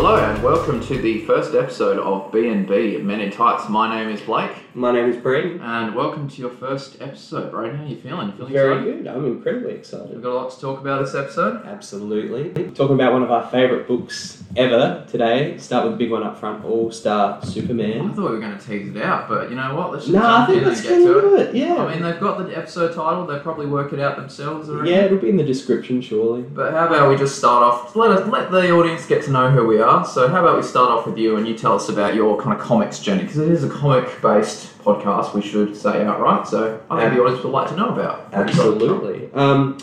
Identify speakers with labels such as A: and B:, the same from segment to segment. A: welcome to the first episode of B&B Men in Tights. My name is Blake,
B: My name is Brad.
A: and welcome to your first episode, Braden. How are you feeling? You feeling
B: Very
A: excited?
B: good. I'm incredibly
A: We've
B: excited.
A: got a lot to talk about this episode.
B: Absolutely. Talking about one of our favourite books ever today. Start with the big one up front All Star
A: I
B: Superman.
A: thought we were going to tease it out, but you know what? Let's just
B: Nah, I
A: jump
B: think
A: in and
B: let's
A: get
B: get into
A: to it.
B: it.
A: I
B: Yeah.
A: mean, they've got the episode title. They probably work it out themselves. I reckon.
B: Yeah, it'll be in the description, surely.
A: But how about we just start off? Let us let the audience get to know who we are. So how about we start off with you and you tell us about your kind of comics journey because it is a comic-based podcast. We should say outright. So I think the audience would like to know about. what you've got.
B: Absolutely. Um,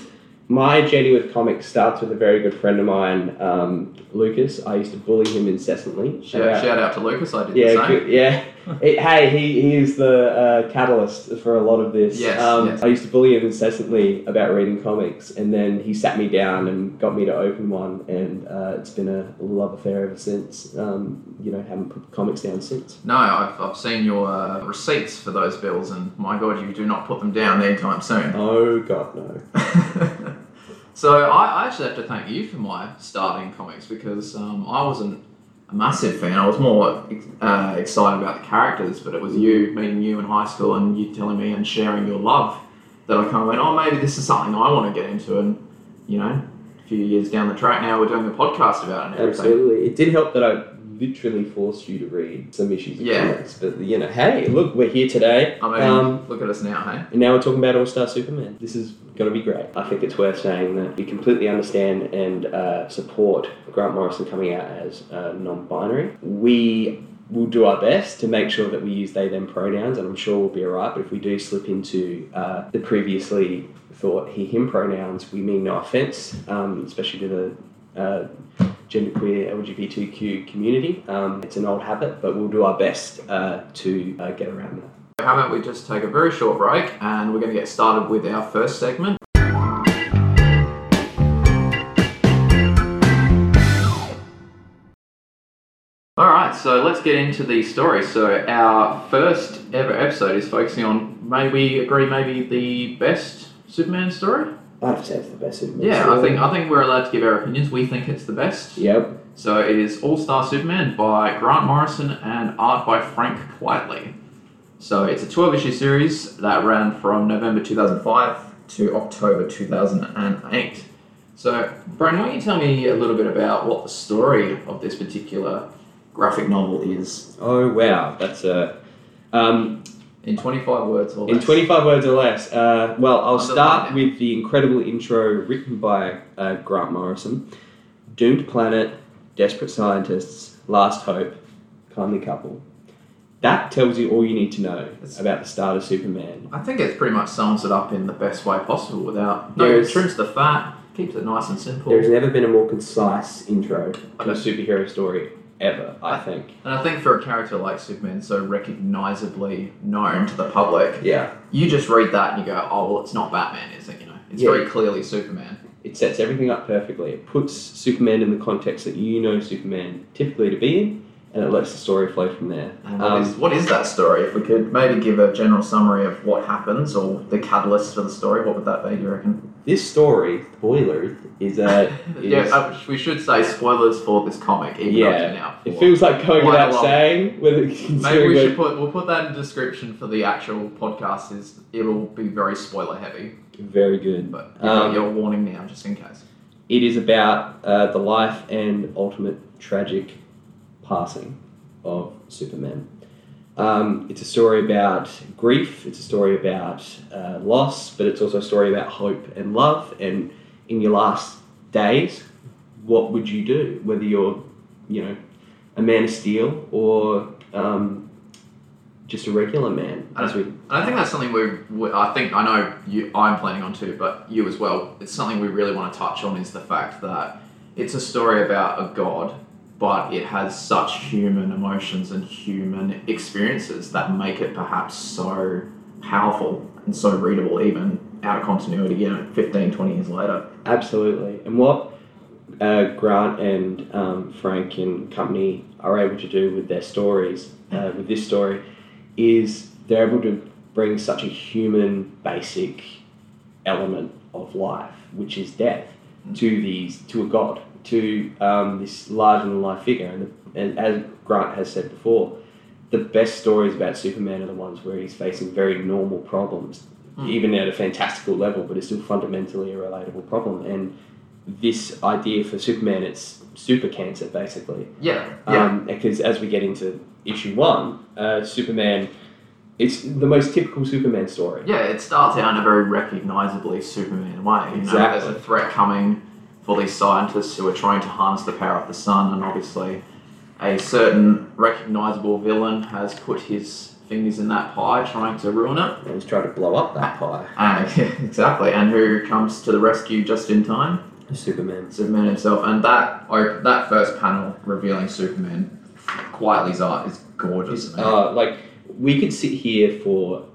B: my journey with comics starts with a very good friend of mine, um, Lucas. I used to bully him incessantly.
A: Shout,
B: about-
A: shout out to Lucas. I did the
B: Yeah,
A: same.
B: good, yeah. It- hey, he, he is the uh, catalyst for a lot of this.
A: Yes,
B: um,
A: yes.
B: I used to bully him incessantly about reading comics, and then he sat me down and got me to open one, and uh, it's been a love affair ever since. Um, you know, haven't put comics down since.
A: No, I've, I've seen your uh, receipts for those bills, and my God, you do not put them down anytime soon.
B: Oh God, no.
A: so I, I actually have to thank you for my starting comics because um, I wasn't a massive fan. I was more uh, excited about the characters, but it was you meeting you in high school and you telling me and sharing your love that I kind of went, oh, maybe this is something I want to get into. And you know, a few years down the track now, we're doing a podcast about it and everything.
B: Absolutely, it did help that I literally forced you to read some issues of
A: Yeah.
B: comics, but you know, hey, look, we're here today.
A: I mean,
B: Um,
A: look at us now, hey?
B: And now we're talking about All Star Superman. This is going to be great. I think it's worth saying that we completely understand and uh, support Grant Morrison coming out as uh, non binary. We will do our best to make sure that we use they them pronouns, and I'm sure we'll be alright. But if we do slip into uh, the previously thought he him pronouns, we mean no offense, um, especially to the uh, genderqueer LGBTQ community. Um, it's an old habit, but we'll do our best uh, to uh, get around that.
A: How about we just take a very short break and we're going to get started with our first segment. All right, so let's get into the story. So our first ever episode is focusing on, may we agree, maybe the best Superman story.
B: I'd say it's the best Superman.
A: Yeah, I
B: story.
A: think I think we're allowed to give our opinions. We think it's the best.
B: Yep.
A: So it is All Star Superman by Grant Morrison and art by Frank Quietly. So it's a 12 issue series that ran from November 2005 to October 2008. So, Brian, why don't you tell me a little bit about what the story of this particular graphic novel is
B: Oh wow, that's a. Um,
A: in 25 words or
B: in
A: less?
B: 25 words or less, uh, well, I'll start
A: Underline
B: with the incredible intro written by uh, Grant Morrison. Doomed planet, desperate scientists, last hope, kindly couple. That tells you all you need to know
A: It's-
B: about the start of Superman.
A: I think it pretty much sums it up in the best way possible without. No,
B: There
A: it
B: is-
A: trims the fat, keeps it nice and simple.
B: There's never been a more concise intro to
A: Okay.
B: a superhero story ever, I
A: I-
B: think.
A: And I think for a character like Superman, so recognizably known to the public,
B: Yeah.
A: you just read that and you go, oh, well, it's not Batman, is it? You know, it's
B: Yeah.
A: very clearly Superman.
B: It sets everything up perfectly. It puts Superman in the context that you know Superman typically to be in, and it lets the story flow from there.
A: And what
B: Um,
A: is- what is that story? If we could maybe give a general summary of what happens or the catalyst for the story, what would that be, do you reckon?
B: This story, spoiler, is uh, is,
A: yeah, uh, we should say spoilers for this comic, even though
B: Yeah.
A: it's been out
B: it
A: for-
B: feels like
A: Quite
B: going
A: a
B: without
A: lot.
B: saying. Whether
A: Maybe
B: considering
A: we
B: we're-
A: should put we'll put that in the description for the actual podcast. Is it'll be very spoiler heavy,
B: very good.
A: but you've got
B: Um,
A: your warning now, just in case.
B: It is about uh, the life and ultimate tragic passing of Superman. Um, it's a story about grief, it's a story about uh, loss, but it's also a story about hope and love. And in your last days, what would you do? Whether you're, you know, a man of steel or um, just a regular man.
A: I
B: As we,
A: And I think that's something we, we I think I know you I'm planning on too, but you as well. It's something we really want to touch on is the fact that it's a story about a god, but it has such human emotions and human experiences that make it perhaps so powerful and so readable even out of continuity, you know, 15, 20 years later.
B: Absolutely. And what uh, Grant and um, Frank and company are able to do with their stories, uh, with this story, is they're able to bring such a human, basic element of life, which is death, to these to a god, to um, this larger than life figure. And, the, and as Grant has said before, the best stories about Superman are the ones where he's facing very normal problems,
A: Mm.
B: even at a fantastical level, but it's still fundamentally a relatable problem. And this idea for Superman, it's super cancer basically.
A: Yeah, yeah,
B: Um, because as we get into issue one, uh, Superman, it's the most typical Superman story.
A: yeah. It starts out in a very recognisably Superman way. You know, there's
B: Exactly.
A: a threat coming for these scientists who are trying to harness the power of the sun, and obviously, a certain recognisable villain has put his fingers in that pie, trying to ruin it.
B: And he's trying to blow up that pie.
A: Uh, exactly, and who comes to the rescue just in time?
B: Superman.
A: Superman himself, and that op- that first panel revealing Superman quietly's art is gorgeous. man.
B: Uh, like we could sit here for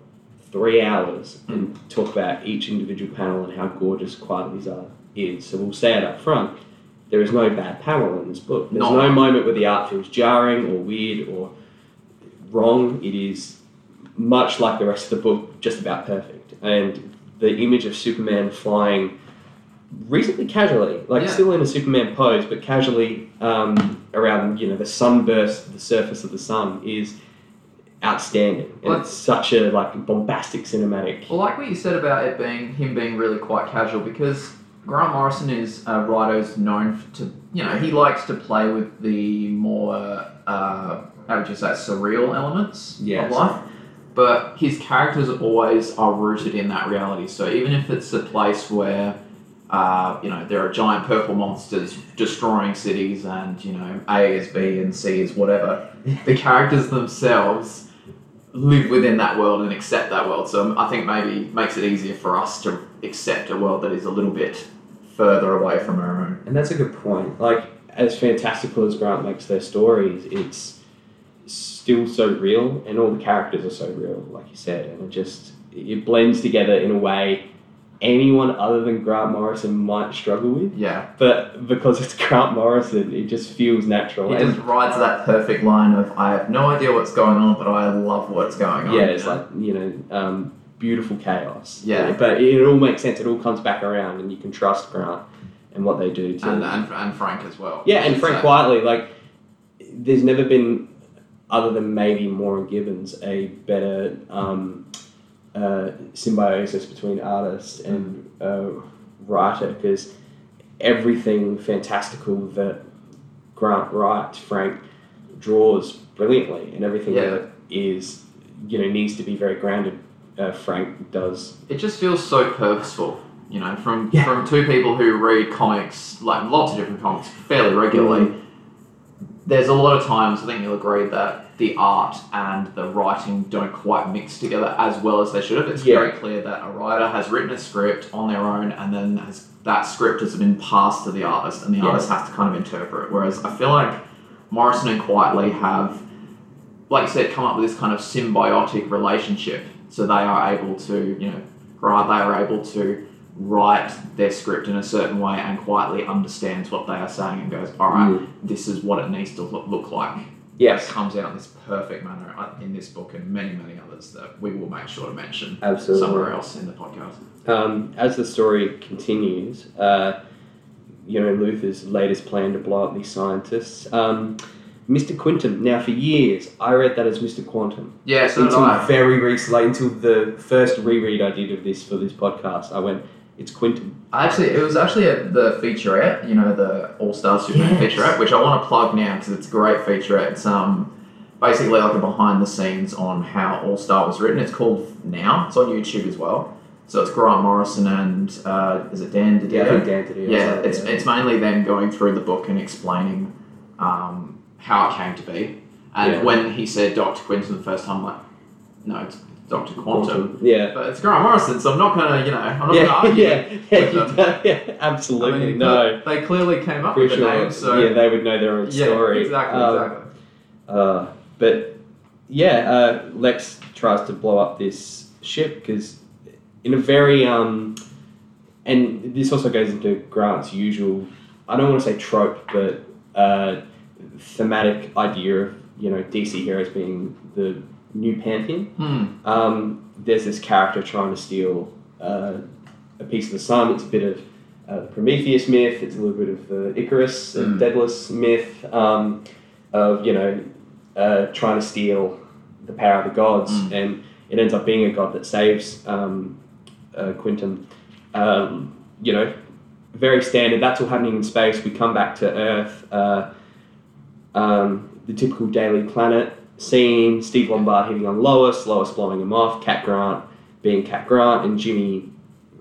B: three hours and talk about each individual panel and how gorgeous Quietly's art is. So we'll say it up front. There is no bad panel in this book. There's
A: No.
B: no, moment where the art feels jarring or weird or wrong. It is much like the rest of the book, just about perfect. And the image of Superman flying reasonably casually, like
A: Yeah.
B: still in a Superman pose, but casually um, around you know the sunburst, the surface of the sun is outstanding. And
A: Well,
B: it's such a like bombastic cinematic.
A: Well, like what you said about it being him being really quite casual, because Grant Morrison is a writer who's known f- to, you know, he likes to play with the more, uh, how would you say, surreal elements of
B: Yes.
A: life. But his characters always are rooted in that reality. So even if it's a place where, uh, you know, there are giant purple monsters destroying cities, and you know, A is B and C is whatever, the characters themselves live within that world and accept that world. So I think maybe makes it easier for us to accept a world that is a little bit further away from our own.
B: And that's a good point. Like as fantastical as Grant makes their stories, it's still so real, and all the characters are so real, like you said, and it just it blends together in a way anyone other than Grant Morrison might struggle with.
A: Yeah,
B: But because it's Grant Morrison, it just feels natural.
A: he
B: And-
A: just rides that perfect line of I have no idea what's going on, but I love what's going on.
B: yeah, it's
A: you know?
B: like you know, um, beautiful chaos.
A: Yeah.
B: but it all makes sense. It all comes back around, and you can trust Grant and what they do. To
A: and, and and Frank as well.
B: yeah, and Frank
A: So-
B: quietly like, there's never been, other than maybe Moore and Gibbons, a better um, uh, symbiosis between artist and uh, writer because everything fantastical that Grant writes, Frank draws brilliantly, and everything
A: Yeah.
B: that is you know needs to be very grounded. Uh, Frank does.
A: It just feels so purposeful, you know, from
B: Yeah.
A: from two people who read comics, like lots of different comics, fairly regularly.
B: Mm.
A: There's a lot of times I think you'll agree that the art and the writing don't quite mix together as well as they should have. It's
B: Yeah.
A: very clear that a writer has written a script on their own, and then has, that script has been passed to the artist, and the
B: Yeah.
A: artist has to kind of interpret. it. Whereas I feel like Morrison and Quietly have, like you said, come up with this kind of symbiotic relationship. So they are able to, you know, right? They are able to write their script in a certain way and quietly understands what they are saying and goes, all right, this is what it needs to look, look like. It
B: Yes,
A: comes out in this perfect manner uh, in this book and many, many others that we will make sure to mention
B: absolutely.
A: somewhere else in the podcast.
B: um, as the story continues, uh, you know, Luther's latest plan to blow up these scientists. Um, Mr. Quintum. Now, for years, I read that as Mr. Quantum.
A: Yeah, so did
B: until
A: I.
B: very recently, until the first reread I did of this for this podcast, I went, it's Quintum.
A: I actually, it was actually a, the featurette, you know, the All Star Superman
B: Yes.
A: featurette, which I want to plug now because it's a great featurette. It's um, basically like a behind the scenes on how All Star was written. It's called Now. It's on YouTube as well. So it's Grant Morrison and uh, is it Dan Didio?
B: Dantity.
A: yeah, it's, it's mainly them going through the book and explaining um, how it came to be. And
B: Yeah.
A: when he said Doctor Quinton the first time, I'm like, no, it's Doctor Quantum.
B: Yeah.
A: But it's Grant Morrison, so I'm not gonna, you know, I'm not gonna
B: Yeah,
A: argue.
B: yeah, yeah,
A: with
B: you
A: them.
B: don't- yeah,
A: I
B: absolutely
A: mean,
B: no.
A: They clearly came up
B: Pretty
A: with the
B: sure,
A: name, so
B: yeah, they would know their own
A: Yeah,
B: story.
A: exactly,
B: Um,
A: exactly.
B: Uh, but yeah, uh, Lex tries to blow up this ship because, in a very um, and this also goes into Grant's usual. I don't want to say trope, but uh, thematic idea of you know DC heroes being the new pantheon.
A: Hmm.
B: Um, there's this character trying to steal uh, a piece of the sun. It's a bit of uh, the Prometheus myth. It's a little bit of the Icarus and
A: Mm.
B: Daedalus myth um, of you know uh, trying to steal the power of the gods,
A: Mm.
B: and it ends up being a god that saves um, uh, Quintum. Um, you know, very standard. That's all happening in space. We come back to Earth. Uh, um, the typical Daily Planet scene. Steve Lombard hitting on Lois. Lois blowing him off. Cat Grant being Cat Grant, and Jimmy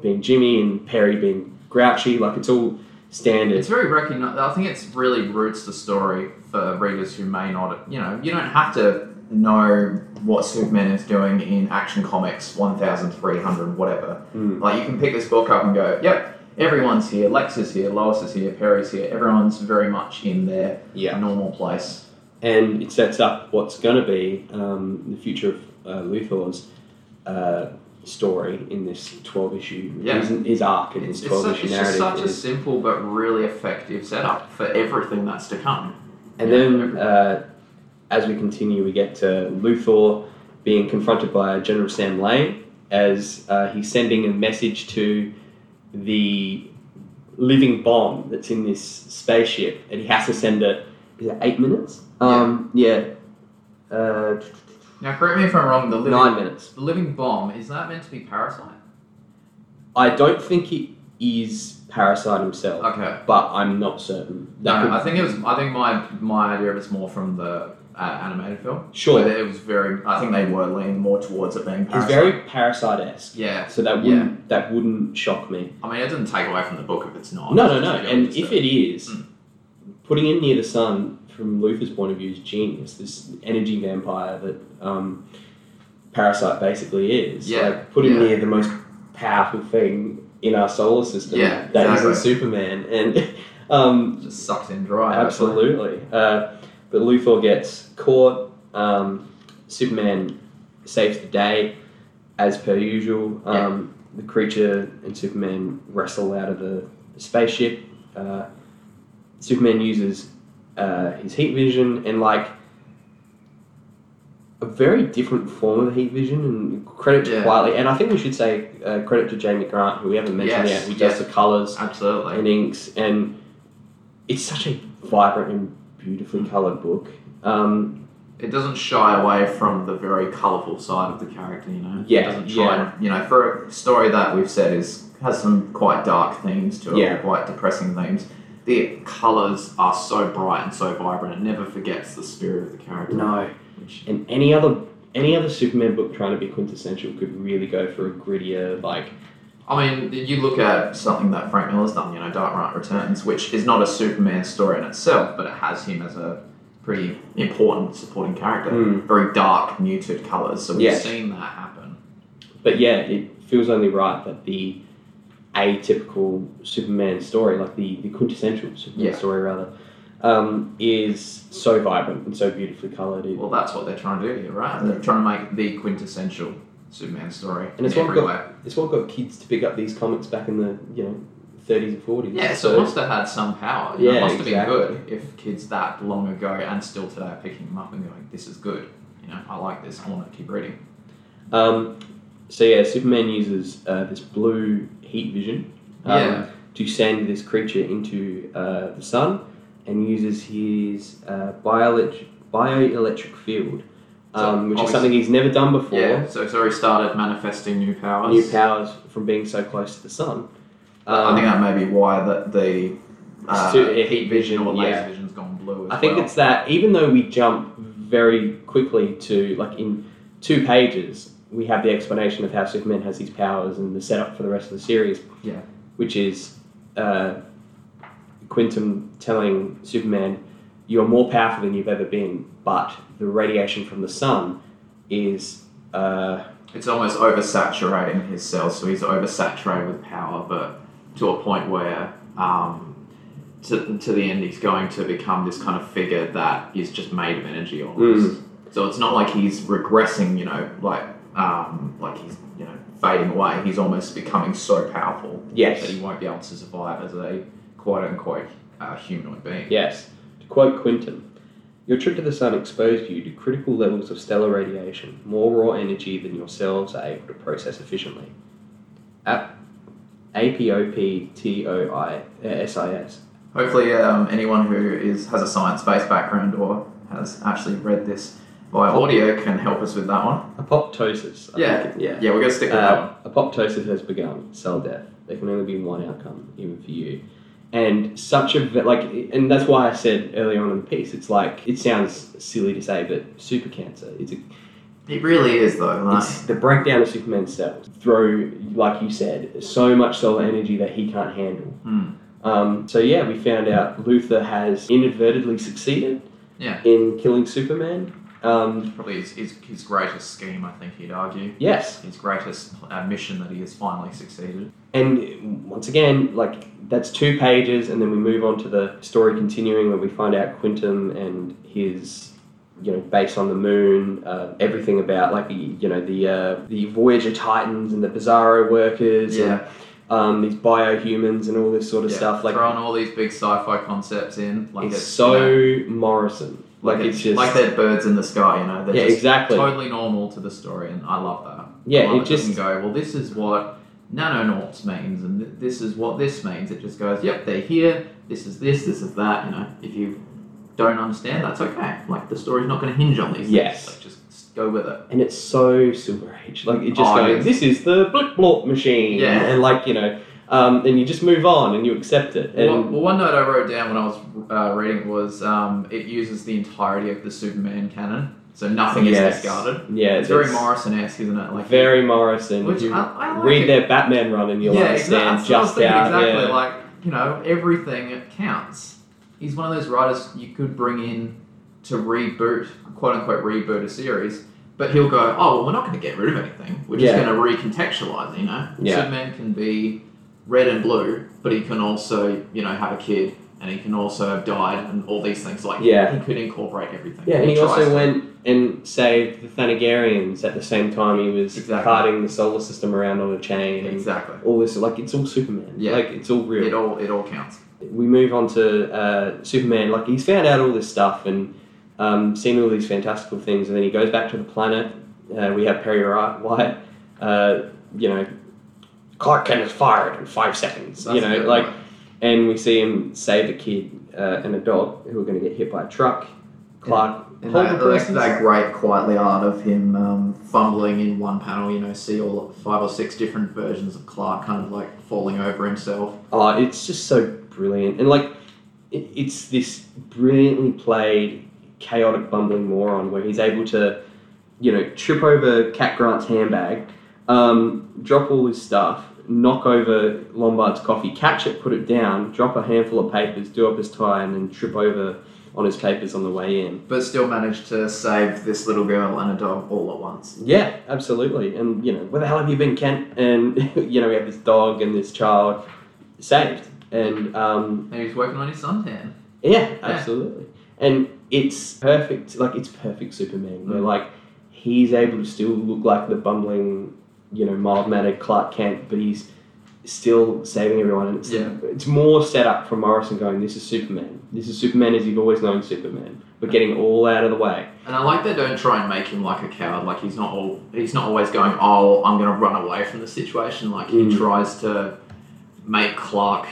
B: being Jimmy, and Perry being Grouchy. Like it's all standard.
A: It's very recogni I think it's really roots the story for readers who may not, you know, you don't have to know what Superman is doing in Action Comics 1300, whatever.
B: Mm.
A: Like, you can pick this book up and go, yep, everyone's here. Lex is here, Lois is here, Perry's here. Everyone's very much in their
B: Yeah.
A: normal place.
B: and it sets up what's going to be um, the future of uh, Luthor's uh, story in this 12 issue,
A: Yeah.
B: his, his arc and his
A: It's,
B: 12
A: such, it's
B: issue
A: just
B: narrative.
A: such a
B: is-
A: simple but really effective setup for everything that's to come.
B: and then uh, as we continue, we get to Luthor being confronted by General Sam Lane as uh, he's sending a message to the living bomb that's in this spaceship, and he has to send it. Is it eight minutes? Um, yeah. Uh,
A: Now, correct me if I'm wrong, the living,
B: nine minutes.
A: the living bomb, is that meant to be Parasite?
B: I don't think it is Parasite himself,
A: Okay.
B: but I'm not certain. That
A: No, I think it was. I think my my idea of it's more from the uh, animated film.
B: could, sure,
A: But it was very. I think they were leaning more towards it being.
B: it's
A: Parasite.
B: very Parasite-esque,
A: Yeah,
B: so that wouldn't that wouldn't shock me.
A: I mean, it doesn't take away from the book if it's not.
B: no, no, no. And if it is,
A: Mm.
B: putting in near the sun from Luther's point of view is genius. This energy vampire that um, Parasite basically is.
A: Yeah,
B: Like, putting
A: yeah.
B: near the most powerful thing in our solar system.
A: Yeah,
B: that
A: exactly.
B: not Superman, and um,
A: it just sucks in dry. actually.
B: Absolutely. Uh, but Luthor gets caught. Um, Superman saves the day, as per usual. Um, The creature and Superman wrestle out of the spaceship. Uh, Superman uses uh, his heat vision and, like, a very different form of heat vision and credit to
A: Yeah.
B: quietly and i think we should say uh, credit to jamie grant who we haven't mentioned
A: Yes,
B: yet who does
A: yes.
B: the colors
A: Absolutely.
B: and inks, and it's such a vibrant and beautifully coloured book. Um,
A: it doesn't shy away from the very colourful side of the character. You know.
B: Yeah,
A: It doesn't try. and- You know, for a story that we've said is has some quite dark themes to it,
B: Yeah.
A: quite depressing themes. The colours are so bright and so vibrant. It never forgets the spirit of the character.
B: no,
A: Which,
B: and any other any other Superman book trying to be quintessential could really go for a grittier, like
A: I mean, you look at something that Frank Miller's done, you know, Dark Knight Returns, which is not a Superman story in itself, but it has him as a pretty important supporting character.
B: Mm.
A: Very dark, muted colours. So we've
B: Yes.
A: seen that happen.
B: but yeah, it feels only right that the atypical Superman story, like the, the quintessential Superman
A: Yeah.
B: story rather, um, is so vibrant and so beautifully coloured. It-
A: Well, that's what they're trying to do here, right? They're trying to make the quintessential Superman story
B: And it's
A: in
B: what
A: every
B: we've
A: way.
B: It's what got kids to pick up these comics back in the you know thirties and forties.
A: Yeah, so it must have had some power. You know,
B: Yeah,
A: it must
B: exactly.
A: have been good if kids that long ago and still today are picking them up and going, this is good. You know, I like this. I want to keep reading.
B: Um, so yeah, Superman uses uh, this blue heat vision um,
A: Yeah.
B: to send this creature into uh, the sun, and uses his uh, biolog- bioelectric field, um,
A: So
B: which is
A: obviously-
B: something he's never done before.
A: Yeah, so it's already started manifesting new powers.
B: New powers from being so close to the sun.
A: I think that may be why that the uh,
B: Su- yeah,
A: heat vision or laser
B: yeah.
A: vision's gone blue. As
B: I think
A: well.
B: it's that even though we jump very quickly to like in two pages, we have the explanation of how Superman has these powers and the setup for the rest of the series.
A: Yeah.
B: Which is uh, Quintum telling Superman, "You are more powerful than you've ever been, but the radiation from the sun is." Uh,
A: it's almost oversaturating his cells, so he's oversaturated with power, but to a point where um, to, to the end he's going to become this kind of figure that is just made of energy almost. So it's not like he's regressing, you know, like um, like he's you know fading away. He's almost becoming so powerful
B: yes.
A: that he won't be able to survive as a quote unquote uh, humanoid being.
B: Yes. To quote Quinton, your trip to the sun exposed you to critical levels of stellar radiation, more raw energy than your cells are able to process efficiently. At A P O P T O I S I S.
A: Hopefully, um, anyone who is has a science based background or has actually read this via audio can help us with that one.
B: Apoptosis. I
A: Yeah.
B: think it- yeah.
A: Yeah, we're gonna stick with that.
B: Uh, apoptosis has begun. Cell death. There can only be one outcome, even for you. And such a ve- like, and that's why I said earlier on in the piece, it's like it sounds silly to say, but super cancer. It's a,
A: It really is though. Like,
B: it's the breakdown of Superman's cells through, like you said, so much solar energy that he can't handle.
A: Hmm.
B: Um, so yeah, we found out Luther has inadvertently succeeded
A: Yeah.
B: in killing Superman. Um,
A: probably his, his, his greatest scheme, I think he'd argue.
B: yes,
A: His greatest uh, mission that he has finally succeeded.
B: And once again, like that's two pages, and then we move on to the story continuing where we find out Quintum and his, you know, base on the moon, uh, everything about like the you know the uh, the Voyager Titans and the Bizarro workers, and, um, these biohumans and all this sort of
A: Yeah,
B: stuff. Like
A: throwing all these big sci-fi concepts in, like
B: it's
A: it's
B: so
A: you know,
B: Morrison, like, it's just
A: like they're birds in the sky, you know. They're
B: yeah,
A: just
B: exactly,
A: totally normal to the story, and I love that. I
B: yeah,
A: love
B: it just
A: doesn't go. Well, this is what nanonauts means, and th- this is what this means. It just goes, yep, they're here. This is this. This is that. You know, if you don't understand, that's okay. Like the story's not going to hinge on these.
B: Yes.
A: things. Like, just s- go with it.
B: and it's so Silver Age. Like it just
A: Oh,
B: goes,
A: it
B: this is the blip blop machine,
A: Yeah.
B: and like you know, um, and you just move on and you accept it. And
A: Well, well, one note I wrote down when I was uh, reading was um, it uses the entirety of the Superman canon, so nothing is
B: Yes.
A: discarded.
B: yeah,
A: It's very
B: that's
A: Morrison-esque, isn't it? Like
B: very Morrison.
A: which
B: You
A: I, I like
B: read
A: it.
B: their Batman run and you'll
A: yeah,
B: understand
A: exactly.
B: just how.
A: exactly.
B: yeah.
A: Like you know, everything counts. He's one of those writers you could bring in to reboot, quote unquote, reboot a series, but he'll go, "Oh, well, we're not going to get rid of anything. We're just
B: Yeah.
A: going to recontextualize." it," You know,
B: Yeah.
A: Superman can be red and blue, but he can also, you know, have a kid, and he can also have died, and all these things. Like,
B: Yeah.
A: he could incorporate everything.
B: yeah, and he
A: tries
B: also
A: to.
B: went and saved the Thanagarians at the same time he was
A: Exactly.
B: carting the solar system around on a chain and
A: exactly.
B: all this. Like it's all Superman.
A: Yeah.
B: Like it's all real.
A: It all it all counts.
B: we move on to uh, Superman. Like he's found out all this stuff and um, seen all these fantastical things, and then he goes back to the planet. Uh, we have Perry Wright, White, uh, you know, Clark Kent is fired in five seconds.
A: That's
B: you
A: a
B: know,
A: good
B: like,
A: one.
B: and we see him save a kid uh, and a dog who are going to get hit by a truck. Clark,
A: And
B: Hold
A: that,
B: the
A: that,
B: presses.
A: that great quietly art of him um, fumbling in one panel, you know, see all five or six different versions of Clark kind of like falling over himself.
B: oh, it's just so brilliant, and like, it, it's this brilliantly played chaotic bumbling moron where he's able to, you know, trip over Cat Grant's handbag, um, drop all his stuff, knock over Lombard's coffee, catch it, put it down, drop a handful of papers, do up his tie, and then trip over on his papers on the way in.
A: But still managed to save this little girl and a dog all at once.
B: Yeah, absolutely. And you know, where the hell have you been, Kent? And you know, we have this dog and this child saved. And um,
A: And he was working on his suntan.
B: yeah, absolutely. And it's perfect. Like it's perfect Superman. Where
A: Mm.
B: like he's able to still look like the bumbling, you know, mild mannered Clark Kent, but he's still saving everyone. And it's,
A: Yeah.
B: it's more set up from Morrison going, "This is Superman. This is Superman as you've always known Superman." But getting all out of the way.
A: And I like they don't try and make him like a coward. Like he's not all he's not always going, Oh, I'm gonna run away from the situation. Like he
B: Mm.
A: tries to make Clark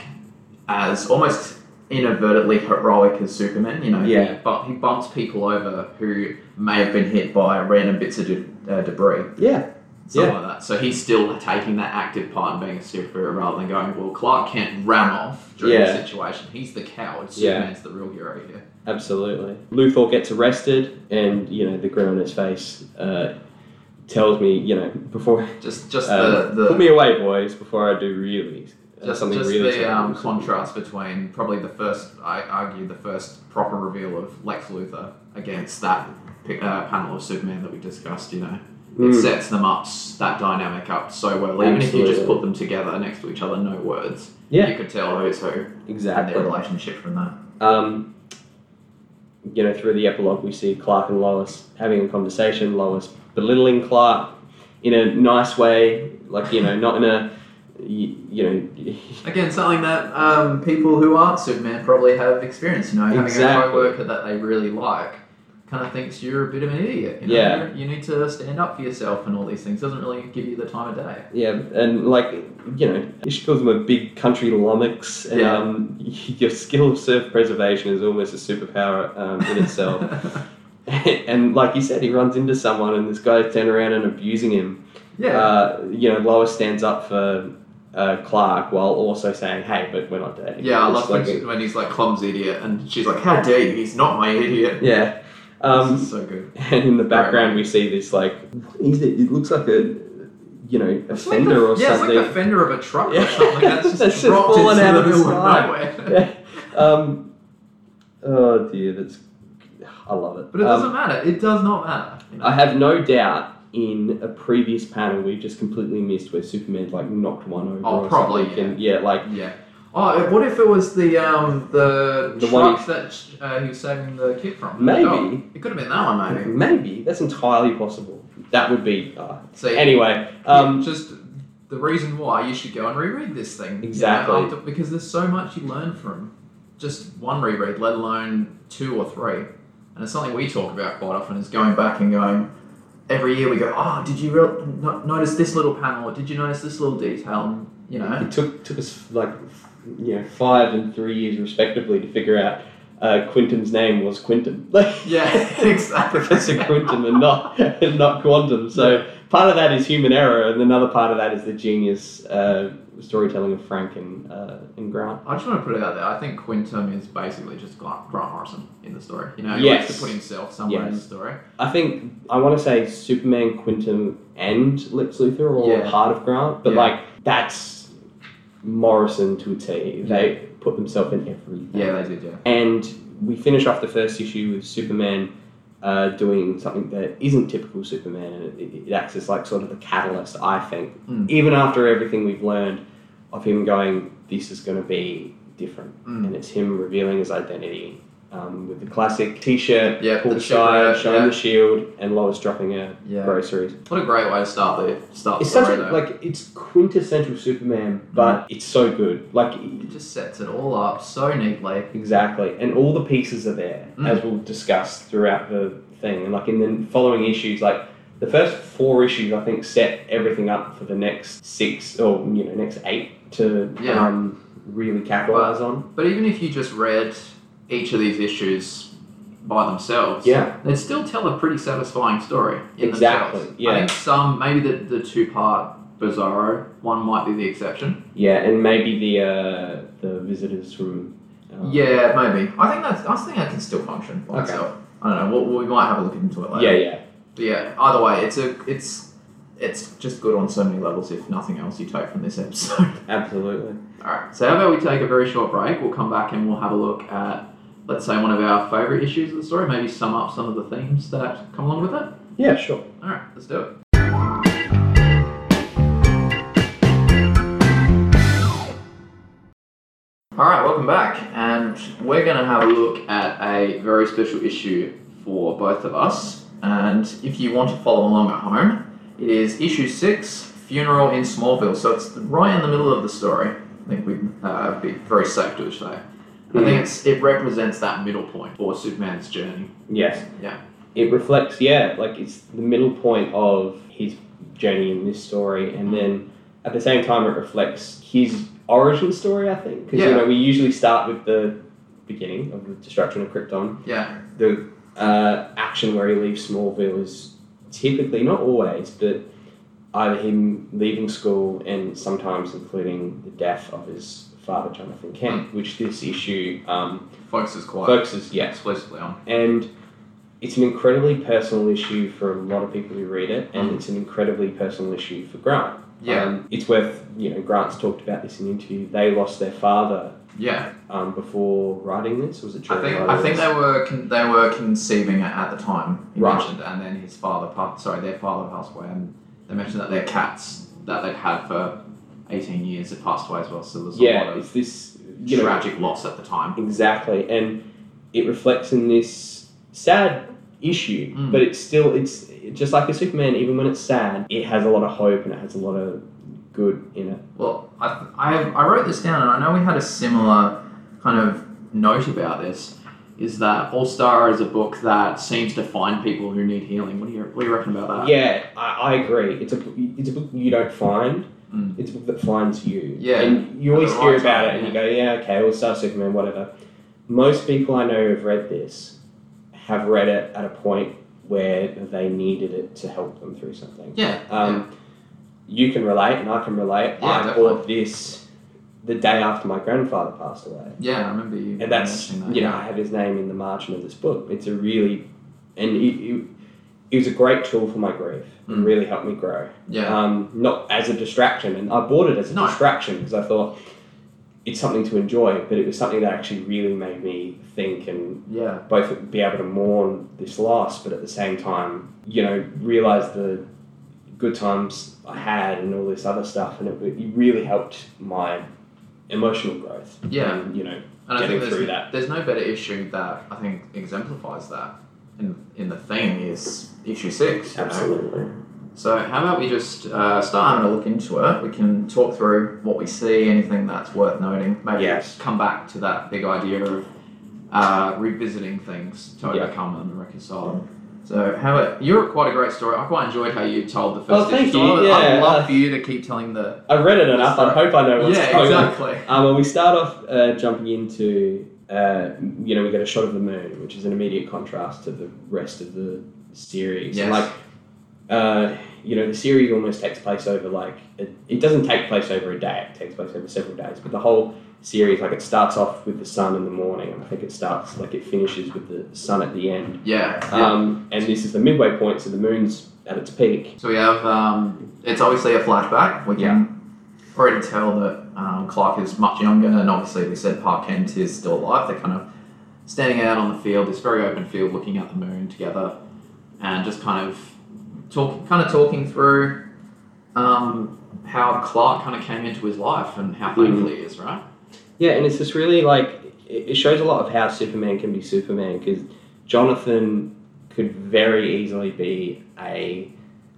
A: as almost inadvertently heroic as Superman, you know.
B: Yeah.
A: He, but he bumps people over who may have been hit by random bits of de- uh, debris,
B: Yeah,
A: something
B: Yeah.
A: like that. So he's still taking that active part in being a superhero rather than going, Well, Clark Kent ran off during
B: Yeah.
A: the situation. He's the coward.
B: Yeah.
A: Superman's the real hero here.
B: Absolutely. Luthor gets arrested, and you know the grin on his face uh, tells me, you know, before
A: Just just
B: uh,
A: the, the
B: put me away, boys, before I do really uh,
A: just,
B: something
A: just
B: really
A: the um,
B: terrible."
A: contrast between probably the first i argue the first proper reveal of lex luthor against that pi- uh, panel of superman that we discussed you know
B: Mm.
A: it sets them up s- that dynamic up so well even if you just
B: Absolutely.
A: put them together next to each other no words
B: Yeah.
A: you could tell who's who and their
B: exactly.
A: relationship from that
B: Um, you know, through the epilogue, we see Clark and Lois having a conversation. Lois belittling Clark in a nice way, like you know, not in a you, you know,
A: again something that um, people who aren't superman probably have experienced you know having
B: Exactly.
A: a co-worker that they really like kind of thinks you're a bit of an idiot. You know?
B: Yeah.
A: You're- You need to stand up for yourself and all these things. Doesn't really give you the time of day.
B: Yeah, and like you know, she calls them a big country lummox, and
A: Yeah.
B: um, your skill of surf preservation is almost a superpower um, in itself. and like you said, he runs into someone, and this guy's turning around and abusing him.
A: yeah.
B: Uh, you know, Lois stands up for uh, Clark while also saying, "Hey, but we're not dating."
A: yeah, I
B: It's
A: love
B: like
A: when, she- when he's like clumsy idiot, and she's like, "How dare you? He's not my idiot."
B: yeah.
A: this
B: Um,
A: is so good.
B: and in the background, we see this like he's- it looks like a you know a
A: It's like
B: fender
A: the-
B: or
A: yeah,
B: something.
A: it's like the fender of a truck
B: Yeah.
A: or something. That's just,
B: That's just
A: dropped
B: fallen
A: into
B: out
A: the
B: of the
A: middle of
B: sky.
A: nowhere.
B: um, oh dear, that's I love it.
A: But it
B: Um,
A: doesn't matter. It does not matter. you know?
B: I have no doubt. In a previous panel, we just completely missed where Superman like knocked one over.
A: Oh,
B: or
A: probably,
B: something. And, yeah, like
A: Yeah. Oh, what if it was the um the,
B: The one
A: truck that uh, he was saving the kid from?
B: Maybe.
A: Oh, it could have been that one, maybe.
B: maybe that's entirely possible. That would be. Uh,
A: So
B: anyway, um,
A: just the reason why you should go and reread this thing. you know,
B: Exactly.
A: after- because there's so much you learn from just one reread, let alone two or three. And it's something we talk about quite often is going back and going. Every year we go, oh, did you real no- notice this little panel? Or did you notice this little detail? And, you know,
B: it took took us like you know five and three years respectively to figure out uh, Quinton's name was Quinton. Like,
A: yeah, exactly.
B: Professor Quinton and not and not Quantum. So part of that is human error, and another part of that is the genius uh, storytelling of Frank and uh, and Grant.
A: I just want to put it out there. I think Quintum is basically just Grant, Grant Morrison in the story. You know, he likes
B: Yes.
A: to put himself somewhere in the
B: Yes.
A: story.
B: I think I want to say Superman, Quintum, and Lex Luthor are all
A: Yeah.
B: part of Grant, but
A: Yeah.
B: like that's Morrison to a T. They put themselves in everything.
A: they did. Yeah.
B: And we finish off the first issue with Superman uh, doing something that isn't typical Superman, and it, it acts as like sort of the catalyst, I think.
A: Mm.
B: Even after everything we've learned of him going, this is going to be different,
A: Mm.
B: and it's him revealing his identity um, with the classic T-shirt,
A: Yeah,
B: pulled
A: the
B: aside,
A: shirt,
B: showing
A: yeah.
B: the shield, and Lois dropping her
A: Yeah.
B: groceries.
A: What a great way to start the start the
B: It's such
A: story
B: a,
A: though.
B: like it's quintessential Superman, but
A: Mm.
B: it's so good. Like
A: it just sets it all up so neatly.
B: Exactly, and all the pieces are there,
A: Mm.
B: as we'll discuss throughout the thing. And like in the following issues, like the first four issues, I think set everything up for the next six or you know next eight to
A: Yeah.
B: um, really capitalize on.
A: But even if you just read each of these issues by themselves,
B: Yeah,
A: they'd still tell a pretty satisfying story. In
B: Exactly,
A: Themselves.
B: yeah.
A: I think some maybe the the two part Bizarro one might be the exception.
B: yeah, and maybe the uh, the visitors from um,
A: Yeah, maybe. I think that's. I think I can still function by
B: Okay.
A: myself. I don't know. We'll, we might have a look into it
B: yeah
A: later.
B: yeah
A: But yeah. Either way, it's a. It's. It's just good on so many levels. If nothing else, you take from this episode.
B: absolutely
A: All right. So how about we take a very short break? We'll come back and we'll have a look at, let's say, one of our favorite issues of the story. Maybe sum up some of the themes that come along with it.
B: yeah sure.
A: All right. Let's do it. All right, welcome back, and we're going to have a look at a very special issue for both of us. And if you want to follow along at home, it is issue six, funeral in Smallville. So it's right in the middle of the story. I think we'd uh, be very safe to say. I think it's it represents that middle point for Superman's journey.
B: Yes.
A: Yeah.
B: It reflects, yeah, like it's the middle point of his journey in this story, and then at the same time, it reflects his origin story, I think. Because, you
A: Yeah.
B: know, we usually start with the beginning of the destruction of Krypton.
A: Yeah,
B: The uh, action where he leaves Smallville is typically, not always, but either him leaving school and sometimes including the death of his father, Jonathan Kent,
A: Hmm.
B: which this issue um,
A: focuses quite
B: focuses, yes,
A: explicitly on.
B: and it's an incredibly personal issue for a lot of people who read it, and it's an incredibly personal issue for Grant.
A: Hmm. Yeah,
B: Um, it's worth, you know, Grant's talked about this in an interview. They lost their father
A: yeah.
B: um, before writing this. Was it
A: I
B: during
A: think
B: writing
A: I think
B: this?
A: they were con- they were conceiving it at the time. He
B: Right.
A: mentioned, and then his father passed. Sorry, their father passed away, and they mentioned that their cats that they'd had for eighteen years had passed away as well. So there was a
B: Yeah,
A: lot of
B: it's this, you know,
A: tragic loss at the time.
B: exactly, and it reflects in this sad issue,
A: Mm.
B: but it's still it's just like a Superman. Even when it's sad, it has a lot of hope and it has a lot of good in it.
A: Well, I, I I wrote this down, and I know we had a similar kind of note about this. is that All Star is a book that seems to find people who need healing. What do you what do you reckon about that?
B: Yeah, I, I agree. It's a it's a book you don't find.
A: Mm.
B: It's a book that finds you.
A: Yeah,
B: and you
A: at
B: always
A: the
B: hear
A: right
B: about
A: time,
B: it, and you go, yeah, okay, All Star Superman, whatever. Most people I know who've read this have read it at a point where they needed it to help them through something.
A: Yeah.
B: Um, You can relate, and I can relate.
A: Yeah,
B: I
A: definitely.
B: bought this the day after my grandfather passed away.
A: yeah, I remember you.
B: and that's
A: mentioning that,
B: you know I have his name in the margin of this book. It's a really and it, it, it was a great tool for my grief. It
A: Mm.
B: really helped me grow.
A: yeah,
B: Um, not as a distraction, and I bought it as a
A: No.
B: distraction because I thought it's something to enjoy, but it was something that actually really made me think and
A: yeah,
B: both be able to mourn this loss, but at the same time, you know, realize the good times I had and all this other stuff, and it, it really helped my emotional growth.
A: Yeah.
B: and, you know,
A: and I
B: getting
A: think
B: through
A: there's,
B: that.
A: there's no better issue that I think exemplifies that in in the theme is issue six. you know?
B: absolutely.
A: So how about we just uh, start having a look into it? We can talk through what we see, anything that's worth noting. Maybe
B: Yes.
A: come back to that big idea of uh, revisiting things to
B: Yeah.
A: overcome them and reconcile them. So how about you're quite a great story. I quite enjoyed how you told the first.
B: Oh, thank
A: issue.
B: you.
A: I would- I'd
B: Yeah,
A: love
B: uh,
A: for you to keep telling the.
B: I've read it enough. I hope I know
A: Yeah,
B: what's going on.
A: exactly.
B: Um, well, we start off uh, jumping into, uh, you know, we get a shot of the moon, which is an immediate contrast to the rest of the series.
A: Yes.
B: Like, uh, you know, the series almost takes place over like it, it doesn't take place over a day. It takes place over several days. But the whole series, like, it starts off with the sun in the morning, and I think it starts like it finishes with the sun at the end.
A: Yeah. yeah.
B: Um, and this is the midway point, so the moon's at its peak.
A: so we have. Um, it's obviously a flashback. We
B: Yeah.
A: can already tell that um, Clark is much younger, and obviously we said Park Kent is still alive. They're kind of standing out on the field, this very open field, looking at the moon together, and just kind of talk, kind of talking through um, how Clark kind of came into his life and how thankful he is, right?
B: Yeah, and it's just really like it it shows a lot of how Superman can be Superman because Jonathan could very easily be a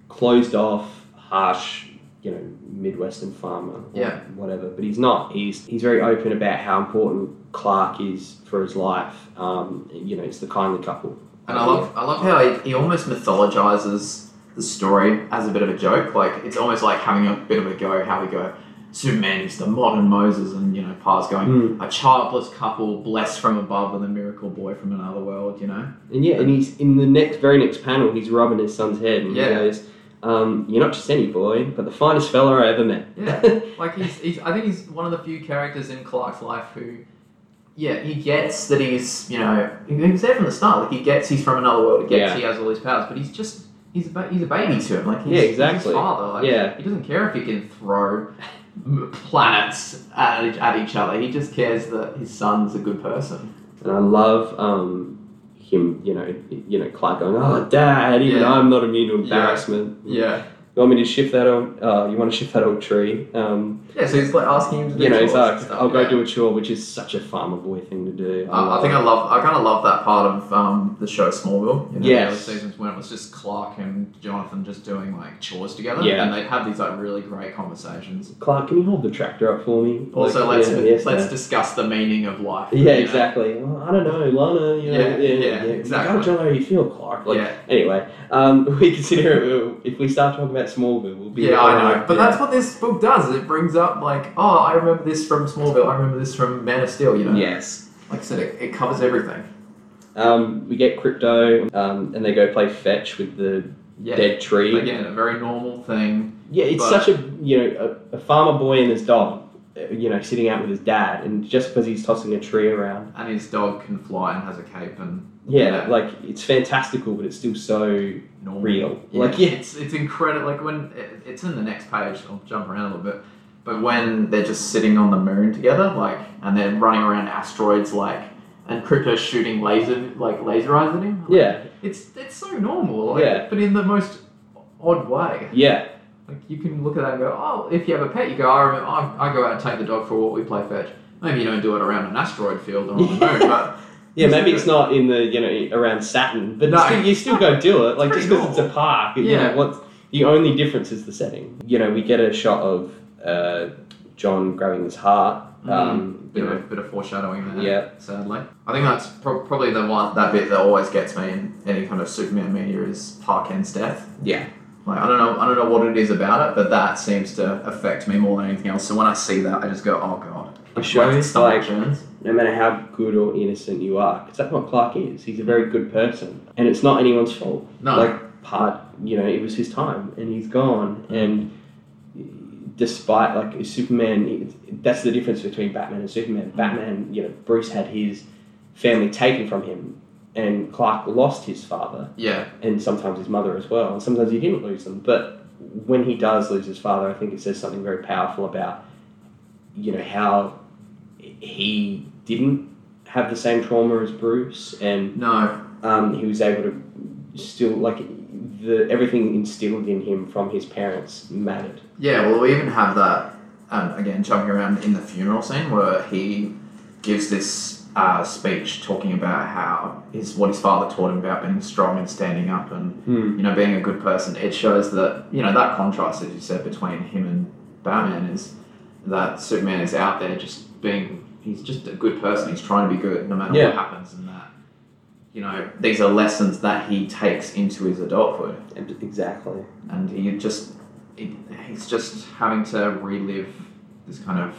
B: closed off, harsh, you know, Midwestern farmer, or
A: Yeah.
B: whatever. But he's not. He's he's very open about how important Clark is for his life. Um, you know, it's the kindly couple.
A: And I love, I love how he, he almost mythologizes the story as a bit of a joke. Like it's almost like having a bit of a go. How we go, Superman is the modern Moses, and you know, Pa's going.
B: Mm.
A: A childless couple blessed from above with a miracle boy from another world, you know?
B: And yeah, and he's in the next, very next panel. He's rubbing his son's head, and
A: Yeah.
B: he goes, um, "You're not just any boy, but the finest fella I ever met."
A: Yeah. Like he's, he's I think he's one of the few characters in Clark's life who yeah, he gets that he's, you know, he- he's there from the start. Like he gets he's from another world. He gets
B: Yeah.
A: he has all these powers, but he's just he's a, ba- he's a baby to him. Like he's,
B: Yeah,
A: he's
B: exactly.
A: his father. Like,
B: yeah.
A: He doesn't care if he can throw m- planets at, each- at each other. He just cares that his son's a good person.
B: And I love um, him, you know, you know, Clark going, "Oh, Dad, even
A: Yeah.
B: I'm not immune to
A: Yeah.
B: embarrassment."
A: Yeah.
B: You want me to shift that old? Uh, you want to shift that old tree? Um,
A: Yeah, so he's like asking him to do
B: you know,
A: chores
B: he's
A: and
B: like,
A: stuff,
B: "I'll go
A: yeah.
B: do a chore," which is such a farmer boy thing to do.
A: I I think I love. I kind of love that part of um, the show Smallville. You know,
B: Yes.
A: The early seasons when it was just Clark and Jonathan just doing like chores together.
B: Yeah.
A: And they'd have these like really great conversations.
B: Clark, can you hold the tractor up for me?
A: Also,
B: Like,
A: let's
B: yeah, yes,
A: let's
B: Dad.
A: discuss the meaning of life.
B: yeah,
A: you know?
B: exactly. Well, I don't know, Lana. You know,
A: Yeah,
B: yeah,
A: yeah,
B: You
A: exactly.
B: got John, how you feel, Clark. Like,
A: yeah.
B: Anyway, um, we consider it, if we start talking about Smallville, we'll be
A: Yeah, I know.
B: alright,
A: But
B: yeah.
A: that's what this book does. It brings up like, oh, I remember this from Smallville. I remember this from Man of Steel. You know.
B: yes.
A: Like I said, it, it covers everything.
B: Um, we get crypto, um, and they go play fetch with the
A: Yeah.
B: dead tree.
A: Again, a very normal thing.
B: Yeah, it's
A: But-
B: such a you know a, a farmer boy and his dog, uh, you know, sitting out with his dad, and just because he's tossing a tree around,
A: And his dog can fly and has a cape and
B: yeah,
A: Yeah.
B: like it's fantastical, but it's still so
A: normal.
B: real.
A: Yeah,
B: Like yeah,
A: it's it's incredible. Like when it, it's in the next page, I'll jump around a little bit. But when they're just sitting on the moon together, like, and they're running around asteroids, like, and Crypto shooting laser, like, laser eyes at him. like,
B: yeah,
A: it's it's so normal. Like,
B: Yeah.
A: But in the most odd way.
B: yeah,
A: Like you can look at that and go, oh, if you have a pet, you go, I, remember, I, I go out and take the dog for a walk. We play fetch. Maybe you don't do it around an asteroid field or on the moon, but
B: yeah. Maybe it's not in the you know around Saturn, but
A: No.
B: still, you still go do it. Like
A: It's
B: just
A: pretty
B: because it's a park, and,
A: Yeah.
B: you know, what's the only difference is the
A: Mm-hmm.
B: setting. You know, we get a shot of uh, John grabbing his heart. Um,
A: mm, bit, of, bit of foreshadowing there.
B: Yeah.
A: Sadly, I think that's pro- probably the one that bit that always gets me in any kind of Superman media is Parken's death.
B: Yeah.
A: Like I don't know, I don't know what it is about it, but that seems to affect me more than anything else. So when I see that, I just go, oh god.
B: It shows, like-
A: turns.
B: no matter how good or innocent you are, because that's what Clark is. He's a very good person, and it's not anyone's fault.
A: No.
B: Like part, you know, it was his time, and he's gone. And despite like Superman, it- that's the difference between Batman and Superman. Batman, you know, Bruce had his family taken from him, and Clark lost his father
A: yeah.
B: and sometimes his mother as well. And sometimes he didn't lose them. But when he does lose his father, I think it says something very powerful about, you know, how he didn't have the same trauma as Bruce, and
A: No.
B: um, he was able to still like the everything instilled in him from his parents mattered.
A: Yeah. Well, we even have that. Um, again, jumping around in the funeral scene where he gives this uh, speech talking about how his what his father taught him about being strong and standing up and you know, being a good person, it shows that, you know, that contrast, as you said, between him and Batman is that Superman is out there just being, he's just a good person. He's trying to be good no matter
B: Yeah.
A: what happens. And that, you know, these are lessons that he takes into his adulthood.
B: Exactly.
A: And he just, it, he's just having to relive this kind of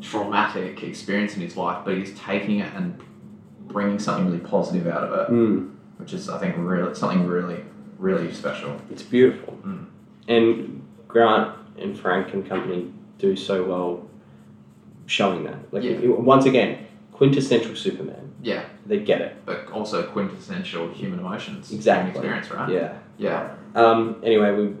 A: traumatic experience in his life, but he's taking it and bringing something really positive out of it, which is, I think, really, something really, really special.
B: It's beautiful.
A: Mm.
B: And Grant and Frank and company do so well showing that. Like
A: Yeah.
B: it- it- once again, quintessential Superman.
A: Yeah,
B: They get it.
A: but also quintessential human emotions. human
B: Exactly.
A: experience, right?
B: Yeah.
A: Yeah.
B: Um, anyway, we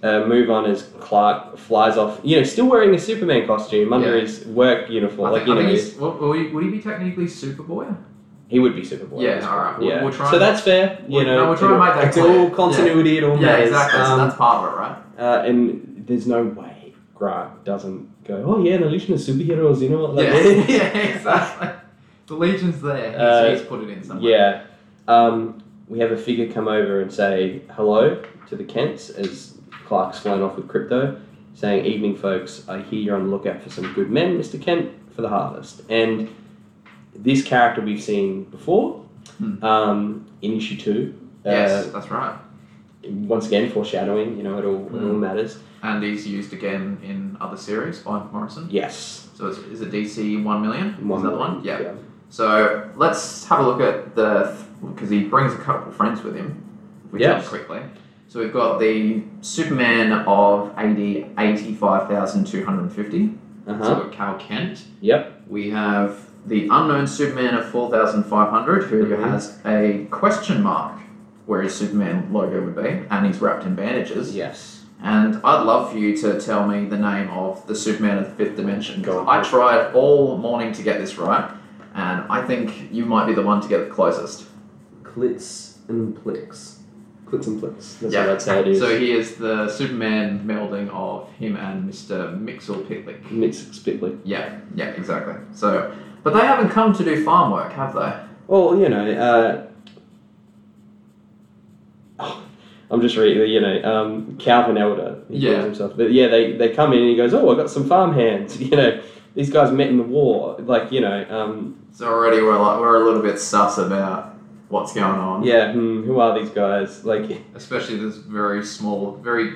B: uh, move on as Clark flies off. You know, still wearing his Superman costume under
A: Yeah.
B: his work uniform.
A: I
B: Like
A: think,
B: you
A: I think
B: know,
A: he's, well, will he, would he be technically Superboy?
B: he would be Superboy.
A: Yeah, all right. We'll,
B: yeah.
A: we'll try
B: so
A: and-
B: that's fair. You
A: We'll-
B: know,
A: no, we'll try and make that
B: it's
A: clear.
B: all continuity. It all
A: yeah,
B: matters.
A: exactly. so
B: Um,
A: that's part of it, right?
B: Uh, and there's no way Grant doesn't go, oh yeah, the Legion of Superheroes, you know? Like,
A: yeah. yeah, exactly. The Legion's there. He's,
B: Uh,
A: he's put it in somewhere.
B: yeah. Um, we have a figure come over and say hello to the Kents as Clark's flown off with crypto, saying, Evening, folks, I hear you're on the lookout for some good men, Mr. Kent, for the harvest. And this character we've seen before
A: Hmm.
B: um, in issue two. Uh,
A: Yes, that's right.
B: Once again, foreshadowing, you know, it all, it all
A: Hmm.
B: matters.
A: And he's used again in other series by Morrison.
B: Yes.
A: So it's, is it DC 1 million?
B: One
A: is that the
B: more.
A: one? yeah. So let's have a look at the because he brings a couple friends with him. If we
B: Yes.
A: jump quickly. So we've got the Superman of AD eighty five thousand two hundred fifty.
B: yeah. Uh
A: So
B: huh.
A: we've got Cal Kent.
B: Yep.
A: We have the unknown Superman of four thousand five hundred, who
B: Mhm.
A: has a question mark where his Superman logo would be, and he's wrapped in bandages.
B: Yes.
A: And I'd love for you to tell me the name of the Superman of the Fifth Dimension.
B: Go on.
A: I tried all morning to get this right, and I think you might be the one to get the closest.
C: Clits and Plix.
B: Clits and flicks. That's
A: Yeah.
B: what I'd say it is.
A: So he is the Superman melding of him and Mr. Mixel Pitlick.
B: Mix Spitlick.
A: Yeah, yeah, exactly. So, but they haven't come to do farm work, have they?
B: Well, you know, uh, oh, I'm just reading, you know, um, Calvin Elder. He
A: Yeah.
B: calls himself. But yeah, they, they come in and he goes, oh, I got some farm hands. You know, these guys met in the war. Like, you know, um,
A: So already we're like, we're a little bit sus about what's going on.
B: yeah, hmm, who are these guys? Like,
A: Especially this very small, very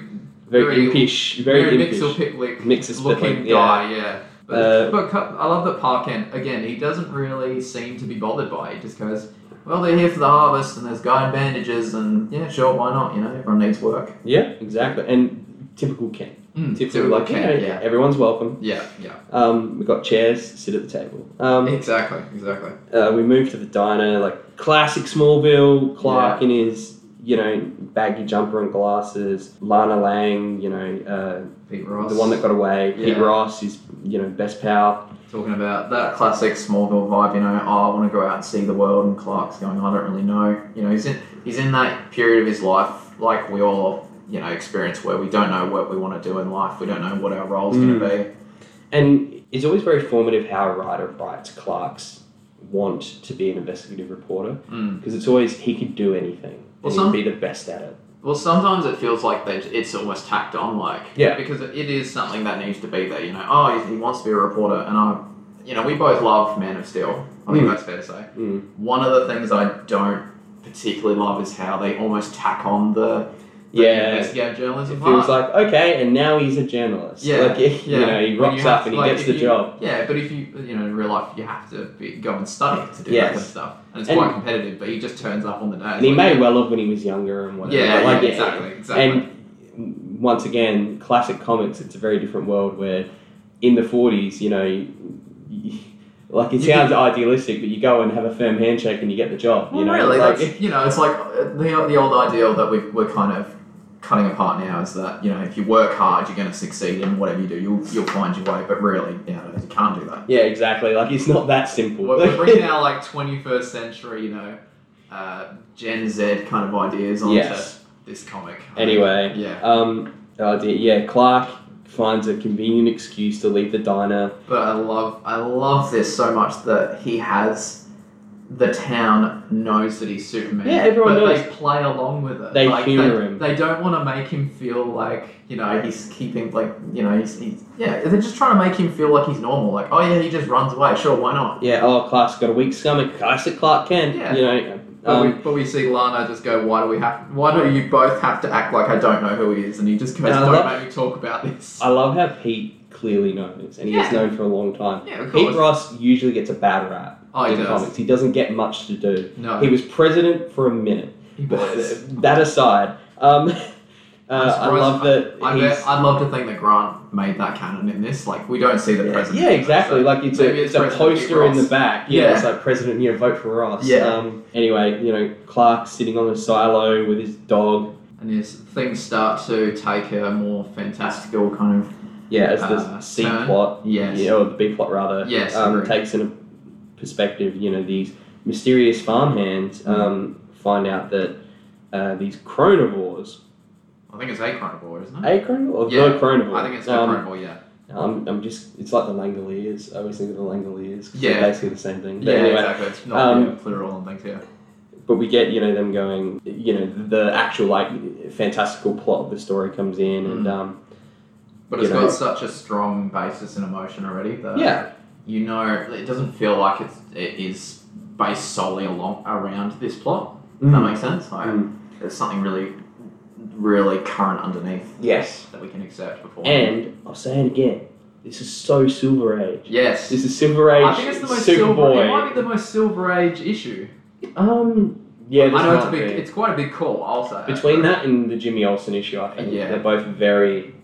B: very,
A: Very-
B: impish. Very, impish.
A: Mixel Pitlick
B: Mixes
A: looking
B: Spitlick, yeah.
A: guy, yeah. But,
B: Uh,
A: but cu- I love that Parkent, again, he doesn't really seem to be bothered by it. He just goes, well, they're here for the harvest and there's guy in bandages and yeah, sure, why not? You know, everyone needs work.
B: Yeah, exactly. And typical Kent.
A: Mm,
B: Typical,
A: typical
B: like,
A: Kent,
B: you know,
A: yeah.
B: everyone's welcome.
A: Yeah, yeah.
B: Um, we've got chairs, sit at the table. Um,
A: Exactly, exactly.
B: uh, we moved to the diner, like classic Smallville, Clark in his, you know, baggy jumper and glasses, Lana Lang, you know,
A: Pete
B: uh,
A: Ross.
B: the one that got away, Pete
A: Yeah.
B: Ross, his, you know, best pal.
A: Talking about that classic Smallville vibe, you know, oh, I want to go out and see the world, and Clark's going, I don't really know. You know, he's in, he's in that period of his life, like we all, you know, experience where we don't know what we want to do in life, we don't know what our role's going
B: Mm.
A: to be.
B: And it's always very formative how a writer writes Clark's want to be an investigative reporter
A: Mm.
B: because it's always he could do anything
A: Well,
B: and
A: some-
B: he'd be the best at it.
A: Well, sometimes it feels like they, it's almost tacked on, like
B: Yeah.
A: because it is something that needs to be there. You know, oh, he, he wants to be a reporter, and I, you know, we both love Man of Steel. I think
B: Mm.
A: that's fair to say.
B: Mm.
A: One of the things I don't particularly love is how they almost tack on the, the
B: Yeah.
A: investigative journalism
B: It
A: part.
B: feels like okay, and now he's a journalist.
A: Yeah,
B: like, you
A: yeah.
B: know, he
A: When
B: rocks
A: you have
B: up
A: to,
B: and
A: like,
B: he gets
A: if
B: the
A: you-
B: job.
A: Yeah, but if you you know in real life you have to be, go and study to do that
B: Yes.
A: kind of stuff, and it's
B: And-
A: quite competitive. But he just turns up on the day.
B: And he may well have when he was younger and whatever.
A: yeah,
B: but, like,
A: yeah, exactly, exactly.
B: And once again, classic comics. It's a very different world where, in the forties, you know, you, you- like it
A: You
B: sounds idealistic, but you go and have a firm handshake and you get the job. You
A: Well,
B: know,
A: really,
B: like
A: that's- you know, it's like uh, the, the old ideal that we, we're kind of cutting apart now is that you know if you work hard, you're going to succeed in whatever you do. You'll you'll find your way. But really, nowadays you can't do that.
B: yeah, exactly. Like it's not that simple.
A: We're, we're bringing our like 21st century, you know, uh, Gen Z kind of ideas onto
B: yes.
A: this comic.
B: Anyway,
A: Yeah,
B: um, the idea, yeah, Clark finds a convenient excuse to leave the diner.
A: but I love I love this so much that he has. The town knows that he's Superman.
B: Yeah, everyone
A: but
B: knows.
A: They play along with it.
B: They
A: like,
B: humor him.
A: They don't want to make him feel like you know he's keeping like you know he's, he's yeah they're just trying to make him feel like he's normal like oh yeah he just runs away sure why not
B: Yeah, oh, Clark's got a weak stomach. Classic Clark Kent.
A: Yeah.
B: You know,
A: but,
B: um,
A: we, but we see Lana just go why do we have why do you both have to act like I don't know who he is and he just goes
B: And I
A: don't
B: love-
A: make me talk about this
B: I love how Pete clearly knows, and he has
A: Yeah.
B: known for a long time.
A: yeah of
B: Pete
A: course
B: Ross usually gets a bad rap
A: oh he
B: in
A: does
B: comics. He doesn't get much to do.
A: no
B: He was president for a minute.
A: he
B: But
A: was.
B: that aside, um, uh, I
A: surprised-
B: love that
A: I
B: he's.
A: bet, I'd love to think that Grant made that canon in this like we don't see the
B: yeah,
A: president
B: yeah, exactly.
A: so-
B: Like it's
A: Maybe
B: a,
A: it's
B: it's a
A: President Pete
B: poster in the
A: Ross.
B: back. Yeah,
A: Yeah.
B: it's like President, you know, vote for Ross.
A: Yeah.
B: Um, anyway, you know, Clark sitting on a silo with his dog.
A: and as things start to take a more fantastical kind of
B: Yeah, as the
A: Uh,
B: C
A: turn.
B: plot.
A: yes
B: you know, or the B plot rather,
A: Yes,
B: um,
A: agreed.
B: takes in a perspective, you know, these mysterious farmhands
A: Mm.
B: um, find out that uh, these chronivores,
A: I think it's a carnivore isn't it
B: a chronivore or
A: Yeah,
B: the chronivore?
A: I think it's
B: um,
A: Pokemon Ball, yeah.
B: I'm, I'm just, it's like the Langoliers. I always think of the Langoliers. 'cause
A: Yeah.
B: They're basically the same thing. But anyway,
A: exactly. It's not
B: um,
A: yeah, plural and things, yeah.
B: but we get, you know, them going, you know, the actual, like, fantastical plot of the story comes in and,
A: Mm.
B: um,
A: But it's
B: you know.
A: got such a strong basis in emotion already that
B: yeah,
A: you know it doesn't feel like it's it is based solely along around this plot. Does That makes sense. Like
B: Mm.
A: there's something really, really current underneath
B: yes.
A: that we can accept before.
B: And I'll say it again, this is so Silver Age.
A: yes,
B: This is Silver Age.
A: I think it's the most silver. It might
B: Superboy.
A: be the most silver age issue.
B: Um, yeah,
A: I
B: this
A: know it's a
B: might
A: big.
B: be.
A: It's quite a big call. I'll say
B: between that and the Jimmy Olsen issue. I think
A: Yeah.
B: they're both very,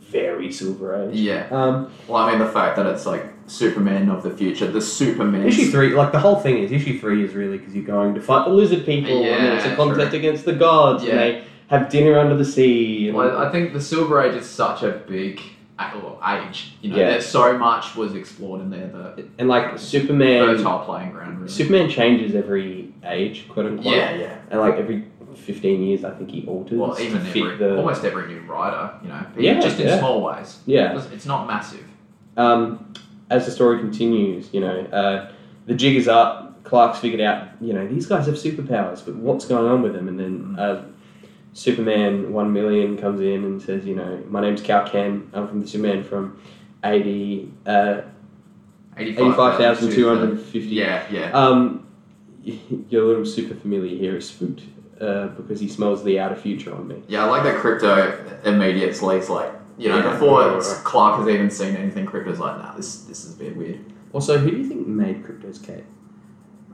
B: very Silver Age.
A: Yeah.
B: Um,
A: Well, I mean the fact that it's like Superman of the future, the Superman.
B: issue three, like the whole thing is issue three is really because you're going to fight the lizard people, and then it's a
A: Yeah,
B: contest
A: true.
B: against the gods,
A: Yeah.
B: and they have dinner under the sea. And,
A: Well, I think the Silver Age is such a big a- well, age. You know,
B: Yeah.
A: there's so much was explored in there. The
B: and like Superman,
A: fertile playing ground. Really.
B: Superman changes every age, quote unquote.
A: yeah, yeah.
B: and like every fifteen years, I think he alters
A: Well, even
B: to fit
A: every
B: the
A: almost every new writer, you know,
B: Yeah,
A: just in
B: yeah.
A: small ways.
B: yeah.
A: It's- It's not massive.
B: um, as the story continues, you know, uh, the jig is up. Clark's figured out, you know, these guys have superpowers, but what's going on with them? And then uh, Superman One Million comes in and says, you know, my name's Cal Ken. I'm from the Superman from eighty uh, eighty-five thousand two hundred fifty.
A: Yeah, yeah.
B: Um, your little super familiar here is spooked uh, because he smells the outer future on me.
A: Yeah, I like that crypto immediately. It's like, you know,
B: Yeah.
A: before it's- Clark has even seen anything, crypto's like, nah, this this is a bit weird.
B: Also, who do you think made Crypto's cape?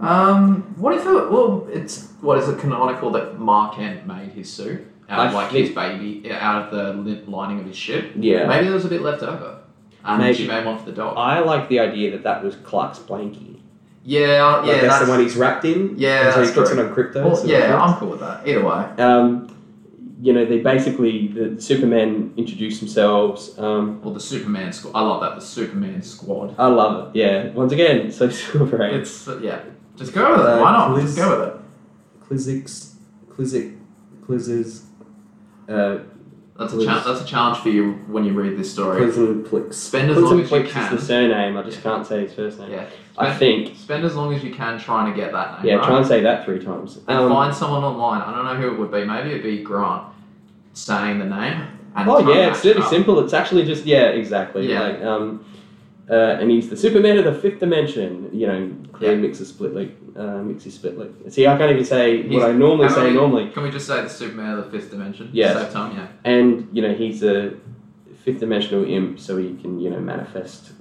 A: Um, what if it? Well, it's what is it canonical that Mark Kent made his suit out of
B: I
A: like his baby out of the lin- lining of his ship?
B: Yeah.
A: Maybe there was a bit left over. Um,
B: Maybe.
A: she made one for the dog.
B: I like the idea that that was Clark's blankie.
A: yeah,
B: Like
A: yeah,
B: that's, the one he's wrapped in.
A: Yeah,
B: and so
A: that's
B: he puts
A: true.
B: it on crypto.
A: Well,
B: so
A: yeah,
B: that's-
A: I'm cool with that. Either way,
B: Um, you know, they basically the Superman introduce themselves. Um,
A: well, the Superman squad. I love that the Superman squad.
B: I love it. Yeah, once again, so Silver Age.
A: It's uh, yeah, just go with
B: Uh,
A: it. Why not? Just go with it.
C: Klizzix, Klizzic, Klizzes,
B: Uh,
A: That's a challenge. That's a challenge for you when you read this story.
C: Klizzliplicks.
A: Spend as long
B: Quinton
A: as you
B: Flix is the
A: can.
B: surname. I just
A: Yeah.
B: can't say his first name.
A: Yeah,
B: I think.
A: spend as long as you can trying to get that name.
B: Yeah,
A: right?
B: try and say that three times.
A: and
B: Um,
A: find someone online. I don't know who it would be. Maybe it'd be Grant saying the name. And try
B: oh
A: and
B: yeah, it's
A: match
B: really
A: it up.
B: simple. It's actually just yeah, exactly.
A: Yeah.
B: Like, um, Uh, and he's the Superman of the fifth dimension. You know, clear
A: Yeah.
B: mixer split like uh, mixy split like. See, I can't even say
A: He's-
B: what I normally
A: how
B: say
A: many-
B: normally.
A: Can we just say the Superman of the fifth dimension?
B: Yes.
A: Save time, yeah.
B: And you know, he's a fifth dimensional imp, so he can you know manifest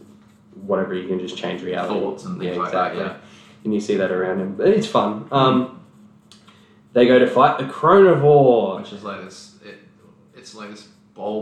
B: whatever. He can just change reality.
A: Thoughts and things
B: Yeah,
A: like
B: exactly.
A: that,
B: and you see that around him. But it's fun. Um, they go to fight the
A: yeah.
B: Chronivore.
A: Which is like this, it, it's like this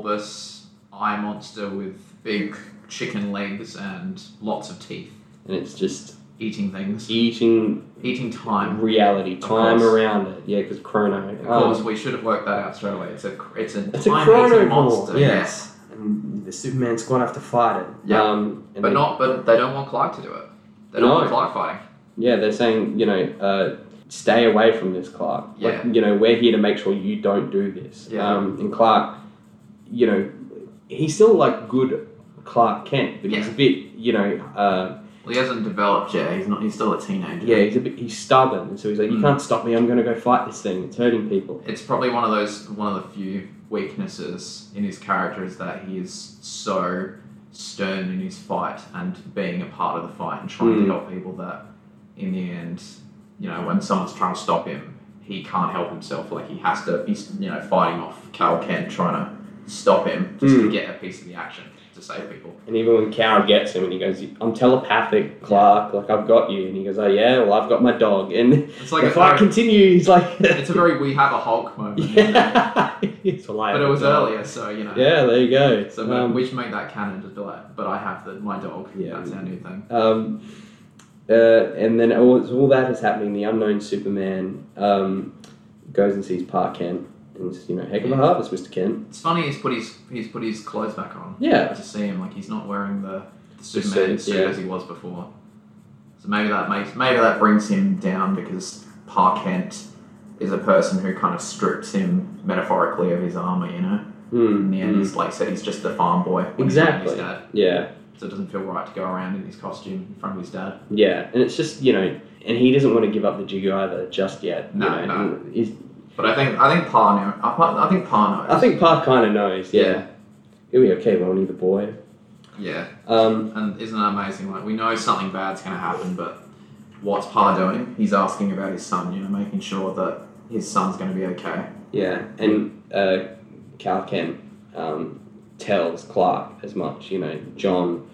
A: bulbous eye monster with big chicken legs and lots of teeth,
B: And it's just
A: eating things,
B: eating
A: eating time.
B: reality, time
A: course.
B: around it. Yeah, because Chrono.
A: Of
B: um,
A: course, we should have worked that out straight away. It's a it's a
B: It's a
A: time-eating
B: chronivore,
A: monster.
C: Yes. And the Superman's gonna have to fight it.
A: Yeah.
B: um, and
A: but
B: they-
A: not. But they don't want Clark to do it. They don't
B: No.
A: want Clark fighting.
B: Yeah, they're saying, you know, uh, stay away from this, Clark.
A: Yeah.
B: Like, you know, we're here to make sure you don't do this.
A: Yeah.
B: Um, and Clark, you know, he's still like good Clark Kent, but he's a bit, you know, uh,
A: Well, he hasn't developed yet. He's not. He's still a teenager.
B: yeah, he's a bit, he's stubborn. And so he's like, you
A: Mm.
B: can't stop me. I'm going to go fight this thing. It's hurting people.
A: It's probably one of those one of the few weaknesses in his character is that he is so stern in his fight and being a part of the fight and trying
B: Mm.
A: to help people that in the end, you know, when someone's trying to stop him, he can't help himself. Like he has to he's you know, fighting off Cal Kent trying to stop him just to
B: Mm.
A: get a piece of the action to save people.
B: And even when Carol gets him and he goes, I'm telepathic, Clark, like I've got you. And he goes, oh yeah, well I've got my dog. And
A: It's like
B: if
A: a,
B: Clark continues, like,
A: it's a very we have a Hulk moment.
B: yeah, it's
A: But it was earlier, so you know.
B: Yeah, there you go.
A: So we- we should make that canon just be like, but I have the, my dog.
B: Um, Yeah.
A: That's our new thing.
B: Um, uh, and then all, as all that is happening. The unknown Superman um, goes and sees Park Kent and says, "You know, heck of a harvest, Mister Kent."
A: It's funny he's put his he's put his clothes back on.
B: Yeah,
A: To see him like he's not wearing the, the Superman
B: suit,
A: suit,
B: yeah.
A: as he was before. So maybe that makes maybe that brings him down because Park Kent is a person who kind of strips him metaphorically of his armor. You know, in
B: Hmm.
A: the end, he's like said he's just the farm boy. when he's around his
B: Exactly.
A: dad.
B: yeah,
A: So it doesn't feel right to go around in his costume in front of his dad.
B: yeah. And it's just you know, and he doesn't want to give up the jig either just yet. you
A: No,
B: know.
A: no.
B: He's-
A: But I think I think Pa knew. I, I think Pa knows.
B: I think Park kind of knows. Yeah,
A: Yeah.
B: he'll be okay, won't he, the boy?
A: yeah.
B: Um,
A: And isn't that amazing? Like we know something bad's going to happen, but what's Pa doing? He's asking about his son. You know, making sure that his son's going to be okay.
B: yeah, and uh, Cal Kent um, tells Clark as much. You know, John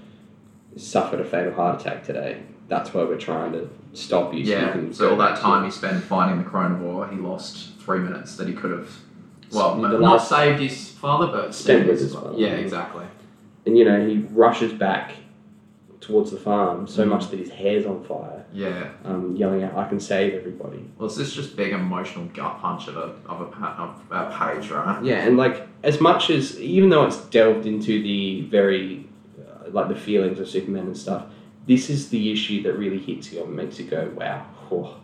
B: suffered a fatal heart attack today. That's why we're trying to stop you. so, you
A: Yeah.
B: can
A: So all that time
B: He-
A: he spent fighting the Chronovore, he lost three minutes that he could have.
B: So
A: Well,
B: the
A: not
B: last-
A: saved his father, but
B: Spent
A: saved
B: with
A: his,
B: his father.
A: Yeah, exactly.
B: and you know, he rushes back towards the farm
A: Mm.
B: so much that his hair's on fire,
A: Yeah.
B: um, yelling out, "I can save everybody!"
A: Well, it's this just big emotional gut punch of a of a, pa- of a page, right?
B: Yeah, and like as much as even though it's delved into the very uh, like the feelings of Superman and stuff, this is the issue that really hits you and makes you go, "Wow." oh."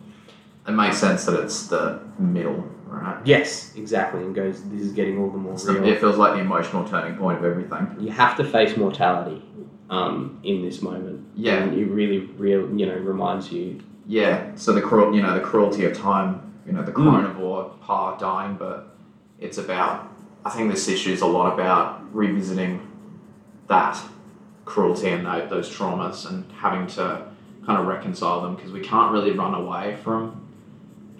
A: It makes sense that it's the middle, right?
B: Yes,
C: Exactly, and goes, this is getting all the more
A: It's the-
C: real.
A: it feels like the emotional turning point of everything.
B: you have to face mortality um, in this moment.
A: Yeah.
B: and it really, real, you know, reminds you.
A: Yeah, so the cruel, you know, the cruelty of time, you know, the
B: Hmm.
A: carnivore pa dying, but it's about. I think this issue is a lot about revisiting that cruelty and tho- those traumas and having to kind of reconcile them because we can't really run away from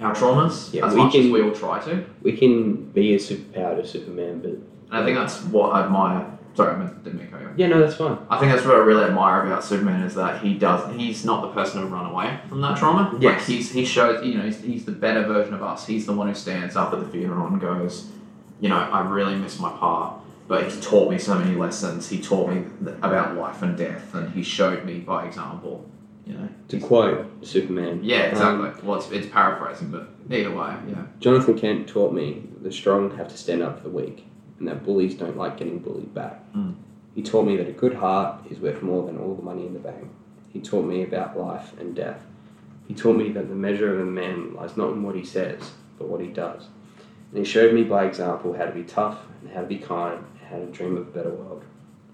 A: our traumas
B: Yeah,
A: as
B: we
A: much as
B: can-
A: we all try to. And
B: We can be a superpower to Superman, but
A: I think that's what I admire. Sorry, I meant- didn't mean to cut you off.
B: yeah, no, that's fine.
A: I think that's what I really admire about Superman is that he does. He's not the person to run away from that trauma.
C: Yes.
A: Like he's he shows you know he's, he's the better version of us. He's the one who stands up at the funeral and goes, you know, I really miss my pa, but he taught me so many lessons. He taught me th- about life and death, and he showed me by example. You know.
B: To quote Superman,
A: Yeah,
B: um,
A: exactly. well, it's, it's paraphrasing, but either way, yeah.
B: Jonathan Kent taught me the strong have to stand up for the weak, and that bullies don't like getting bullied back.
A: Mm.
B: He taught me that a good heart is worth more than all the money in the bank. He taught me about life and death. He taught me that the measure of a man lies not in what he says, but what he does. And he showed me by example how to be tough and how to be kind and how to dream of a better world.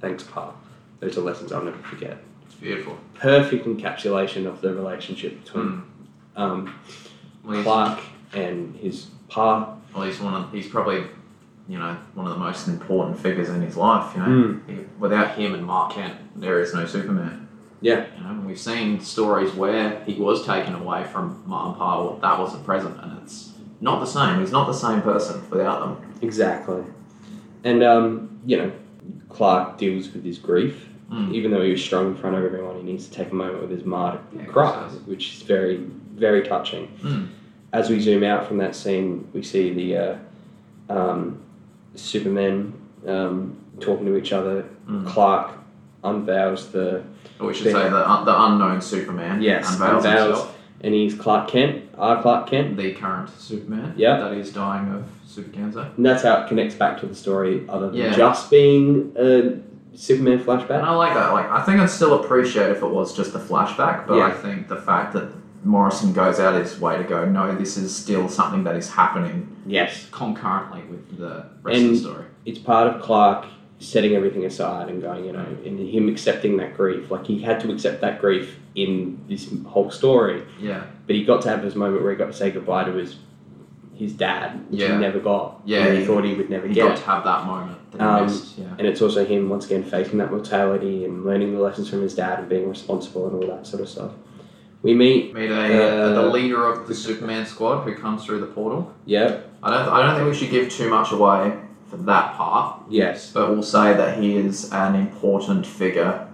B: Thanks, Pa. Those are lessons I'll never forget.
A: It's beautiful.
B: Perfect encapsulation of the relationship between
A: Mm.
B: um,
A: Hmm. Well, he's,
B: Clark and his Pa.
A: well, he's one. Of, he's probably you know, one of the most important figures in his life. You know, He- without him and Mark Kent, there is no Superman.
B: Yeah.
A: You know, and we've seen stories where he was taken away from Martin Powell. That wasn't present, and it's not the same. He's not the same person without them.
B: Exactly. And, um, you know, Clark deals with his grief.
A: Mm.
B: Even though he was strong in front of everyone, he needs to take a moment with his mom to
A: Yeah, of
B: cry,
A: course.
B: which is very, very touching.
A: Mm.
B: As we zoom out from that scene, we see the uh, um, Supermen um, talking to each other.
A: Mm.
B: Clark unveils the
A: Or we should
B: They-
A: say the, uh, the unknown Superman
B: Yes,
A: unveils,
B: unveils.
A: himself,
B: and he's Clark Kent, our Clark Kent.
A: the current Superman.
B: Yeah.
A: that is dying of super cancer.
B: And that's how it connects back to the story, other than
A: Yeah.
B: just being a Superman flashback.
A: And I like that. Like, I think I'd still appreciate if it was just a flashback, but
B: Yeah.
A: I think the fact that Morrison goes out his way to go, no, this is still something that is happening
B: Yes.
A: concurrently with the rest of
B: And-
A: the story.
B: It's part of Clark setting everything aside and going, you know, and him accepting that grief. Like, he had to accept that grief in this whole story,
A: Yeah,
B: but he got to have his moment where he got to say goodbye to his his dad, which
A: Yeah.
B: he never got.
A: Yeah,
B: And he
A: he-
B: thought he would never
A: he
B: get.
A: got to have that moment that he
B: Um,
A: missed. Yeah,
B: And it's also him once again facing that mortality and learning the lessons from his dad and being responsible and all that sort of stuff. We meet,
A: meet a,
B: uh,
A: the leader of the Superman squad who comes through the portal.
B: yeah,
A: I don't. I don't think we should give too much away for that part,
B: yes,
A: but we'll say that he is an important figure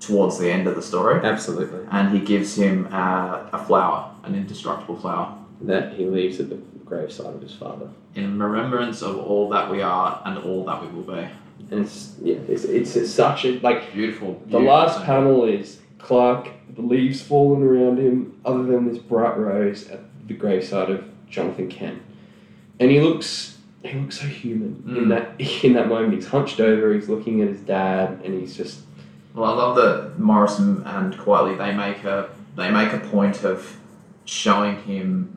A: towards the end of the story,
C: Absolutely.
A: and he gives him uh, a flower, an indestructible flower.
B: that he leaves at the graveside of his father.
A: in remembrance of all that we are and all that we will be.
B: And it's, yeah, it's, it's, it's such a, like,
A: Beautiful.
B: The
A: beautiful
B: last
A: scene.
B: panel is Clark, the leaves falling around him, other than this bright rose at the graveside of Jonathan Kent. And he looks he looks so human in
A: Mm.
B: that in that moment. He's hunched over, he's looking at his dad, and he's just
A: Well, I love that Morrison and quietly they make a they make a point of showing him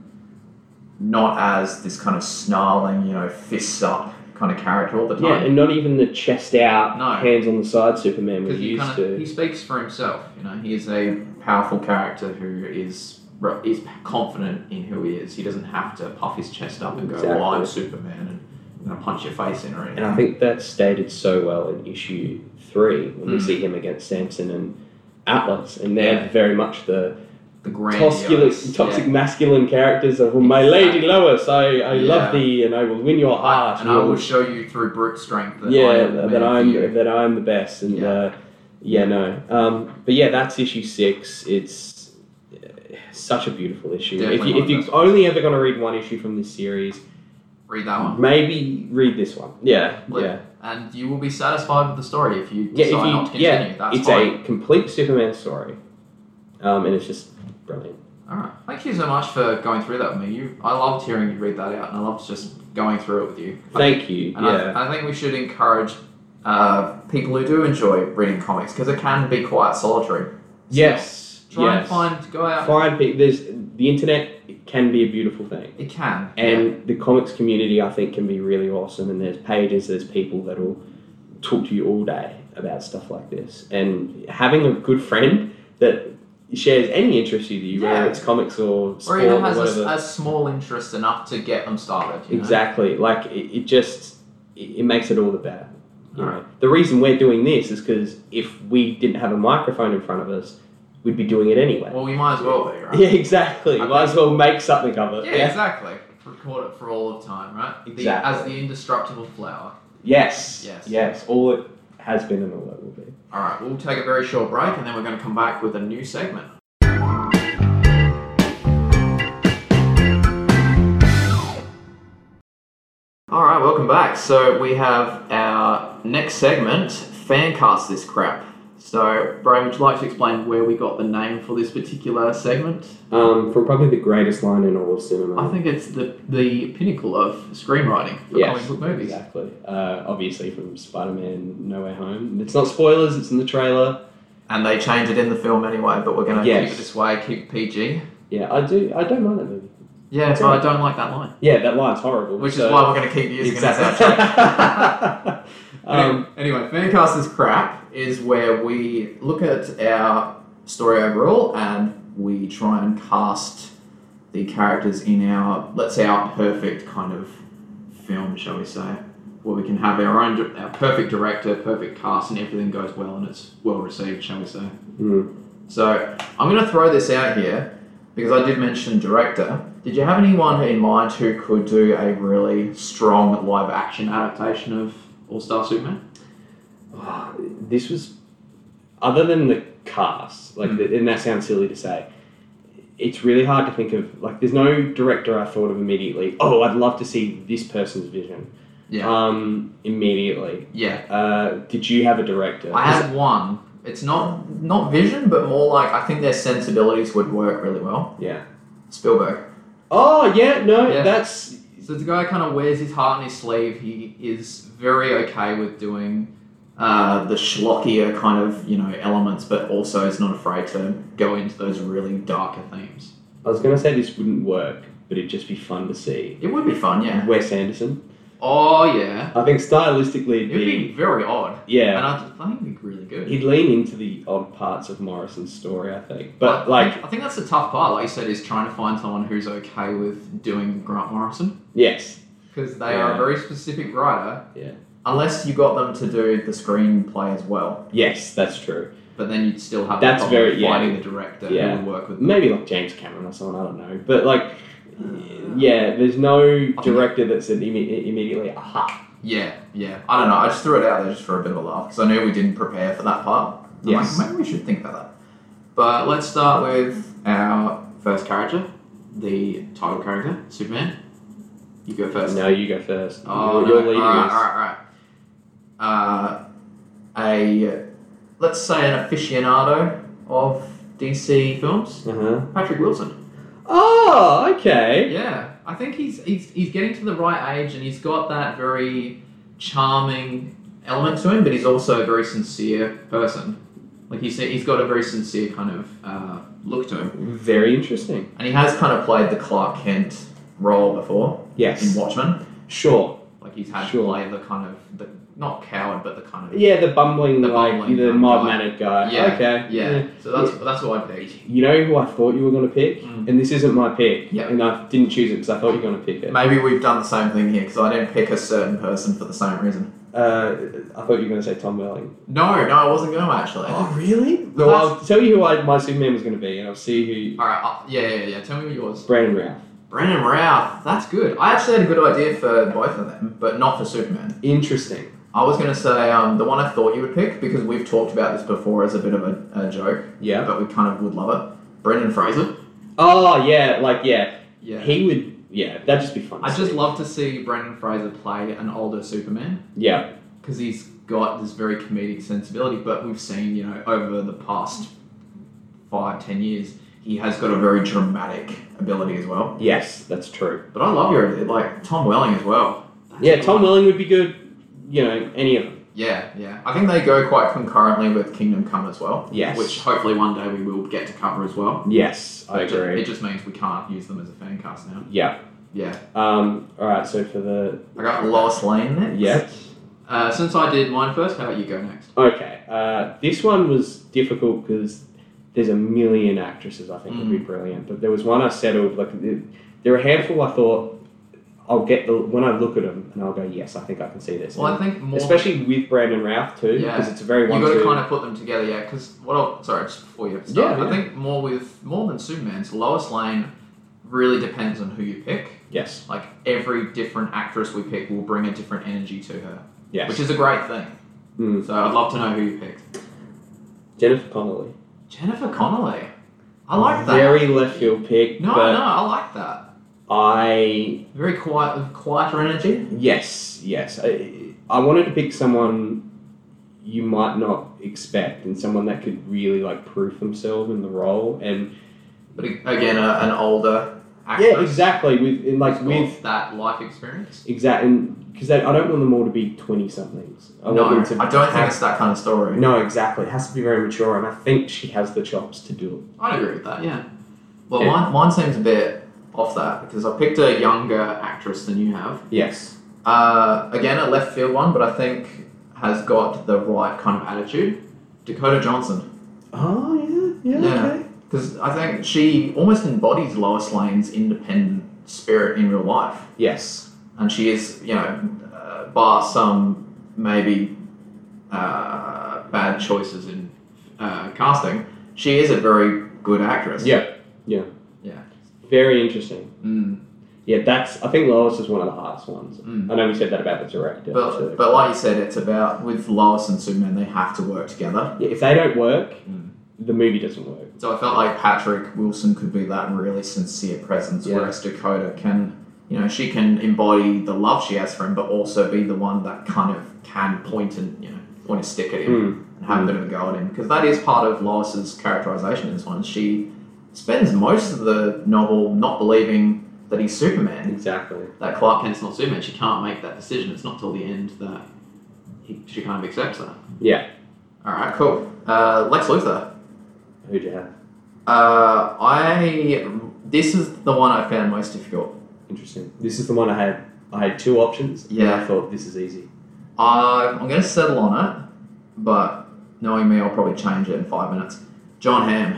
A: not as this kind of snarling, you know, fists up kind of character all the
B: Yeah,
A: time.
B: uh, and not even the chest out,
A: No.
B: hands on the side Superman was
A: Because he
B: used
A: kind
B: to.
A: of he speaks for himself. You know, he is a powerful character who is re- is confident in who he is. He doesn't have to puff his chest up and go, "Well, I'm
B: Exactly.
A: Superman," and I'm gonna punch your face in or anything.
B: And I think that's stated so well in issue three when we
A: Mm.
B: see him against Samson and Atlas, and they're
A: Yeah.
B: very much the
A: the grand
B: Tosculous, toxic masculine characters of my lady
A: Exactly.
B: Lois, I, I love
A: Yeah.
B: thee and I will win your heart.
A: and I will show you through brute strength that I
B: yeah,
A: am the man
B: that
A: for
B: I'm
A: you.
B: that I'm the best and yeah,
A: Yeah.
B: uh, yeah no. Um, but yeah, that's issue six. It's uh, such a beautiful issue.
A: Definitely
B: if
A: one
B: you,
A: of
B: if you've only ever going to read one issue from this series,
A: read that one,
B: maybe read this one. Yeah,
A: Look,
B: yeah,
A: and you will be satisfied with the story if you
B: yeah.
A: decide not to
B: If you,
A: continue.
B: yeah,
A: That's
B: it's
A: fine.
B: a complete Superman story, um, and it's just brilliant.
A: All right, thank you so much for going through that with me. You, I loved hearing you read that out, and I loved just going through it with you.
B: Thank you.
A: And
B: yeah.
A: I, I think we should encourage uh, people who do enjoy reading comics because it can be quite solitary.
B: Yes.
A: Try
B: yes.
A: and find go out.
B: Find pe- There's the internet can be a beautiful thing,
A: It can.
B: and the comics community I think can be really awesome. And there's pages, there's people that'll talk to you all day about stuff like this. And having a good friend that shares any interest with you,
A: Yeah.
B: whether it's comics or
A: or
B: sport or,
A: even has a s-
B: whatever,
A: a, small interest enough to get them started. You know?
B: exactly. Like it, it just it, it makes it all the better. You
A: Alright.
B: know, the reason we're doing this is because if we didn't have a microphone in front of us, we'd be doing it anyway.
A: Well, we might as well be, right?
B: Yeah, exactly.
A: I
B: Might as well make something of it.
A: Yeah, exactly. Record it for all of time, right? The,
B: Exactly.
A: As the indestructible flower.
B: Yes.
A: Yes.
B: Yes. All it has been and all it will be.
A: All right, we'll take a very short break, and then we're going to come back with a new segment. All right, welcome back. So we have our next segment, Fancast This Crap. So, Brian, would you like to explain where we got the name for this particular segment?
B: Um,
C: From probably the greatest line in all of cinema.
A: I think it's the the pinnacle of screenwriting for
B: Yes,
A: comic book movies.
B: exactly. Uh, obviously from Spider-Man: No Way Home. It's not spoilers. It's in the trailer.
A: And they change it in the film anyway, but we're going to
B: Yes.
A: keep it this way, keep PG.
B: Yeah, I do. I don't mind that movie.
A: Yeah,
B: That's
A: but
B: right.
A: I don't like that line.
B: Yeah, that line's horrible.
A: Which
B: so-
A: is why we're going to keep using
B: exactly.
A: it as our
B: um,
A: um, Anyway, Fancast is Crap is where we look at our story overall and we try and cast the characters in our, let's say, our perfect kind of film, shall we say, where we can have our own, di- our perfect director, perfect cast, and everything goes well and it's well received, shall we say.
B: Hmm.
C: Mm.
A: So I'm going to throw this out here because I did mention director. Did you have anyone in mind who could do a really strong live action adaptation of All Star Superman?
B: Ah, this was other than the cast like
A: Mm.
B: th and that sounds silly to say it's really hard to think of like there's no director i thought of immediately oh i'd love to see this person's vision
A: Yeah.
B: um immediately
A: Yeah.
B: uh did you have a director
A: I had one. It's not not vision, but more like I think their sensibilities would work really well.
B: yeah
A: Spielberg.
B: oh yeah no
A: Yeah.
B: that's
A: So the guy kind of wears his heart on his sleeve. He is very okay with doing uh, the schlockier kind of you know elements, but also is not afraid to go into those really darker themes.
B: i was gonna say this wouldn't work but it'd just be fun to see
A: It would be fun, yeah.
B: wes anderson
A: Oh yeah,
B: i think stylistically it'd
A: it'd
B: be
A: be very odd,
B: yeah
A: and I think it'd be really good.
B: He'd lean into the odd parts of Morrison's story, I think. But like,
A: I think that's the tough part. Like you said, is trying to find someone who's okay with doing Grant Morrison
B: yes,
A: because they are
B: Yeah.
A: a very specific writer.
B: Yeah.
A: Unless you got them to do the screenplay as well,
B: yes, that's true.
A: but then you'd still have
B: That's
A: the problem
B: very-
A: of
B: yeah.
A: finding the director
B: Yeah.
A: who would work with. Them.
B: Maybe like James Cameron or someone. I don't know. But like, yeah, there's no
A: think-
B: director that's an imme- immediately aha.
A: Yeah, yeah. I don't know. I just threw it out there just for a bit of a laugh because I knew we didn't prepare for that part. I'm like,
B: Yes.
A: maybe we should think about that. But let's start with our first character, the title character, Superman. You go first.
B: No, you go first.
A: Oh,
B: you're,
A: no.
B: you're leading
A: all right,
B: us.
A: all right, all right. Uh, a let's say an aficionado of DC films,
B: Uh-huh.
A: Patrick Wilson.
B: Oh, okay.
A: Yeah, I think he's he's he's getting to the right age, and he's got that very charming element to him, but he's also a very sincere person. Like you said, he's got a very sincere kind of uh, look to him,
B: Very interesting.
A: and he has kind of played the Clark Kent role before in
B: Yes.
A: Watchmen.
B: Sure.
A: Like he's had
B: Sure.
A: to play the kind of the not coward, but the kind of
B: Yeah, the bumbling,
A: The
B: like
A: bumbling
B: the
A: kind of
B: mob
A: guy.
B: manic guy.
A: Yeah,
B: Okay.
A: yeah. So that's that's what I picked.
B: You know who I thought you were going to pick,
A: Mm.
B: and this isn't my pick,
A: Yeah.
B: and I didn't choose it because I thought you were going to pick it.
A: Maybe we've done the same thing here because I didn't pick a certain person for the same reason.
B: Uh, I thought you were going to say Tom Welling.
A: No, no, I wasn't going to actually.
B: really? No,
A: Oh, That's-
B: I'll tell you who I, my Superman was going to be, and I'll see
A: All right, uh, yeah, yeah, yeah. Tell me yours.
B: who. Brandon Ralph.
A: Brandon Routh, that's good. I actually had a good idea for both of them, but not for Superman.
B: Interesting.
A: I was going to say um, the one I thought you would pick because we've talked about this before as a bit of a, a joke,
B: Yeah.
A: but we kind of would love it. Brendan Fraser.
B: Oh yeah, like yeah,
A: Yeah.
B: he would. Yeah, that'd just be fun. to
A: I just
B: see.
A: love to see Brendan Fraser play an older Superman
B: Yeah,
A: because he's got this very comedic sensibility, but we've seen, you know, over the past five, ten years, he has got a very dramatic ability as well.
B: yes, that's true.
A: But I love your, like, Tom Welling as well. That's
B: Yeah,
A: a-
B: Tom Welling would be good. You know, any of them.
A: Yeah, yeah. I think they go quite concurrently with Kingdom Come as well.
B: Yes.
A: Which hopefully one day we will get to cover as well.
B: Yes, I
A: It ju-
B: agree.
A: it just means we can't use them as a fan cast now.
B: Yeah.
A: Yeah.
B: Um. All right. So for the
A: I got Lois Lane next.
B: yes.
A: Uh, since I did mine first, how about you go next?
B: Okay. Uh, this one was difficult because there's a million actresses I think
A: Mm.
B: would be brilliant, but there was one I settled. Like th- there were a handful I thought I'll get the when I look at them and I'll go, yes, I think I can see this.
A: Well, I
B: And
A: think more.
B: especially with Brandon Routh too,
A: Yeah.
B: because it's a very
A: you
B: one
A: got to
B: two.
A: kind of put them together, yeah. Because what? I'll, sorry, just before you start,
B: Yeah,
A: I
B: yeah.
A: think more with more than Superman's Lois Lane really depends on who you pick.
B: yes,
A: Like every different actress we pick will bring a different energy to her,
B: yes.
A: which is a great thing.
B: Mm.
A: So I'd love to know who you picked.
B: Jennifer Connelly.
A: Jennifer Connelly. I like that.
B: Very left field pick,
A: no,
B: but
A: no, I like that.
B: I
A: Very quiet, quieter energy.
B: yes, yes. I, I wanted to pick someone you might not expect and someone that could really like prove themselves in the role and
A: But ag- again, a, an older actor.
B: Yeah, exactly. With in, like with
A: that life experience.
B: exact and because I don't want them all to be twenty somethings. I
A: no,
B: want them to
A: I don't think
B: have-
A: it's that kind of story.
B: No, exactly. It has to be very mature, and I think she has the chops to do
A: I'd agree with that. Yeah. Well,
B: Yeah.
A: mine mine seems a bit off that because I picked a younger actress than you have.
B: it. Yes.
A: Uh, again, a left field one, but I think has got the right kind of attitude. Dakota Johnson,
B: Oh yeah, yeah.
A: Yeah.
B: Okay.
A: because I think she almost embodies Lois Lane's independent spirit in real life.
B: Yes.
A: and she is, you know, uh, bar some maybe uh, bad choices in uh, casting, she is a very good actress.
B: Yeah.
C: Yeah.
A: Yeah.
B: Very interesting.
A: Mm,
B: Yeah, that's. I think Lois is one of the hardest ones.
A: mm.
B: I know we said that about the director.
A: But,
B: too.
A: but like you said, it's about with Lois and Superman, they have to work together.
B: Yeah, if they don't work,
A: Mm.
B: the movie doesn't work.
A: So I felt like Patrick Wilson could be that really sincere presence,
B: Yeah.
A: whereas Dakota can, you know, she can embody the love she has for him, but also be the one that kind of can point and you know point a stick at him. and have a bit of a go at him because that is part of Lois's characterization in this one. She spends most of the novel not believing that he's Superman,
B: Hmm. Exactly.
A: that Clark Kent's not Superman. She can't make that decision. It's not till the end that he, she kind of accepts that.
B: Yeah.
A: All right, cool. Uh, Lex Luthor.
B: Who'd you have?
A: Uh, I this is the one I found most difficult.
B: Interesting. This is the one I had. I had two options. and
A: Yeah.
B: I thought this is easy.
A: Uh, I'm going to settle on it, but knowing me, I'll probably change it in five minutes. John Hamm.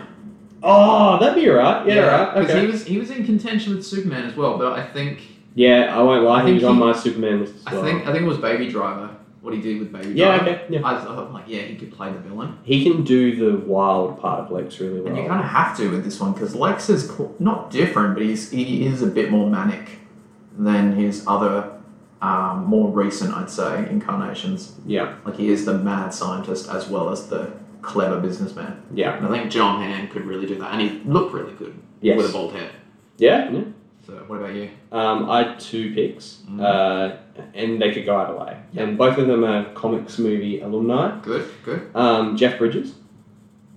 B: Oh, that'd be alright. Yeah, alright.
A: Because
B: Okay.
A: he was he was in contention with Superman as well, but I think
B: yeah, I won't lie.
A: I
B: I
A: think
B: think on
A: he-
B: my Superman list as
A: I
B: well.
A: think I think it was Baby Driver. What he did with Baby
B: yeah.
A: Driver.
B: Okay. Yeah.
A: I was, I was like, yeah, he could play the villain,
B: He can do the wild part of Lex really well.
A: and you kind of have to with this one because Lex is co- not different, but he's he is a bit more manic than his other um, more recent, I'd say, incarnations.
B: yeah.
A: Like he is the mad scientist as well as the clever businessman.
B: Yeah.
A: And I think John Hamm could really do that, and he looked really good
B: Yes.
A: with a bald head.
B: yeah. yeah.
A: So what about you?
B: Um, I had two picks,
A: Mhm.
B: uh, and they could go either way.
A: Yeah.
B: And both of them are comics movie alumni.
A: Good, good.
B: Um, Jeff Bridges,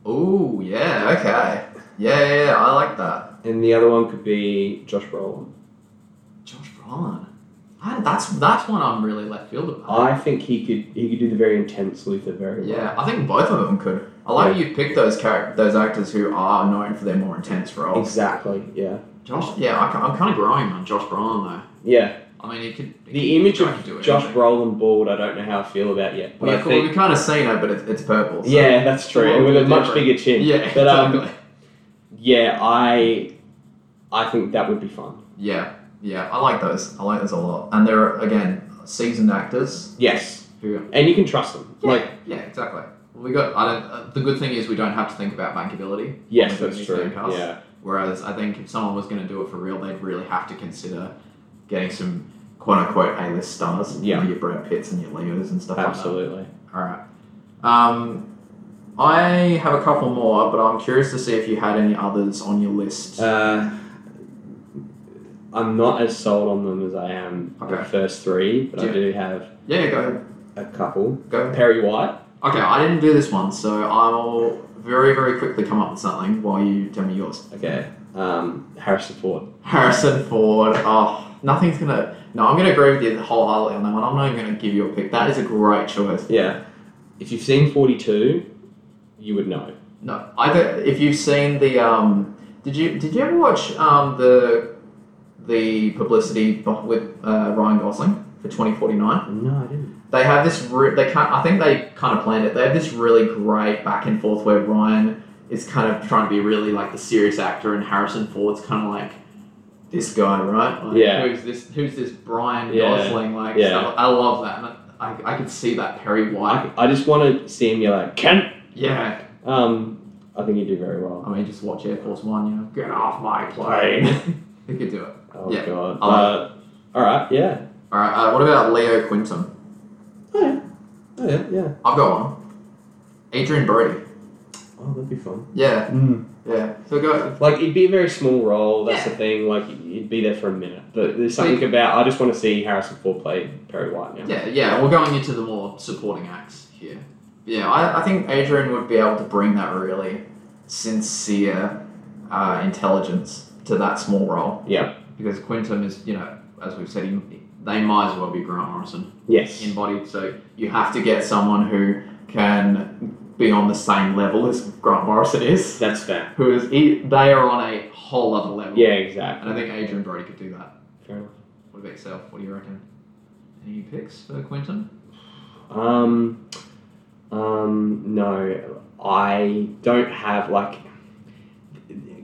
A: Oh yeah, okay. Yeah, yeah, yeah, I like that.
B: and the other one could be Josh Brolin.
A: Josh Brolin. I, that's that's one I'm really left field about.
B: I think he could he could do the very intense Luthor very well.
A: yeah, I think both of them could. I like you picked those character, those actors who are known for their more intense roles.
B: Exactly. Yeah.
A: Josh, yeah, I, ca- I'm kind of growing on Josh Brolin
B: Yeah.
A: though. I mean, he could. He
B: The
A: could-
B: image
A: he could
B: of
A: do
B: Josh
A: anything.
B: Brolin bald, I don't know how I feel about yet. But
A: Well,
B: I
A: yeah, cool,
B: think,
A: we've kind of seen it, but it's it's purple. so-
B: yeah, that's true. And with a much
A: Different.
B: bigger chin.
A: Yeah.
B: But um,
A: exactly.
B: yeah, I I think that would be fun.
A: Yeah, yeah, I like those. I like those a lot. And they're again seasoned actors
B: Yes.
A: who
B: And you can trust them.
A: Yeah,
B: Like
A: yeah, exactly. We got. I don't, uh, the good thing is we don't have to think about bankability.
B: yes,
A: when doing
B: that's
A: these
B: true.
A: podcasts.
B: Yeah.
A: Whereas I think if someone was going to do it for real, they'd really have to consider getting some quote unquote A list stars. you know,
B: Yeah.
A: your Brad Pitts and your Leos and stuff
B: Absolutely.
A: like that. All right. Um, I have a couple more, but I'm curious to see if you had any others on your list.
B: Uh, I'm not as sold on them as I am
A: Okay.
B: the first three, but
A: Yeah.
B: I do have
A: yeah, go
B: a couple.
A: go.
B: Perry White.
A: Okay, I didn't do this one, so I'll very very quickly come up with something while you tell me yours.
B: Okay. Um, Harrison Ford.
A: Harrison Ford. Oh, nothing's gonna. No, I'm gonna agree with you wholeheartedly on that one. I'm not even gonna give you a pick. That is a great choice.
B: Yeah. If you've seen 42, you would know.
A: No, I don't. If you've seen the um, did you did you ever watch um the the publicity bo- with uh, Ryan Gosling for 2049?
B: No, I didn't.
A: They have this. Re- they can't. I think they kind of planned it. They have this really great back and forth where Ryan is kind of trying to be really like the serious actor, and Harrison Ford's kind of like this guy, right? Like,
B: Yeah.
A: Who's this? Who's this Brian
B: Yeah.
A: Gosling? Like,
B: Yeah.
A: stuff. I love that. And I, I could see that Perry White.
B: I, I just want to see him be like, Kent!
A: Yeah.
B: Um, I think he'd do very well.
A: I mean, just watch Air Force One. You know, get off my plane. he could do it.
B: Oh,
A: Yeah.
B: God.
A: I like
B: Uh, all right, yeah.
A: All right. Uh, what about Leo Quinton?
B: Oh, yeah. Oh, yeah, yeah.
A: I've got one. Adrian Brody.
B: Oh, that'd be fun.
A: Yeah.
B: Hmm.
A: Yeah. So go.
B: Like, it'd be a very small role, that's
A: Yeah.
B: the thing. Like, you'd be there for a minute. But there's something about, I just want to see Harrison Ford play Perry White now.
A: Yeah, yeah, we're going into the more supporting acts here. Yeah, I, I think Adrian would be able to bring that really sincere uh, intelligence to that small role.
B: Yeah.
A: Because Quintum is, you know, as we've said, he, they might as well be Grant Morrison
B: Yes.
A: embodied. So you have to get someone who can be on the same level as Grant Morrison is.
B: That's fair.
A: Who is he, they are on a whole other level.
B: Yeah, exactly.
A: And I think Adrian Brody could do that.
B: Fair enough.
A: What about yourself? What do you reckon? Any picks for Quintum?
B: Um, um, no, I don't have like.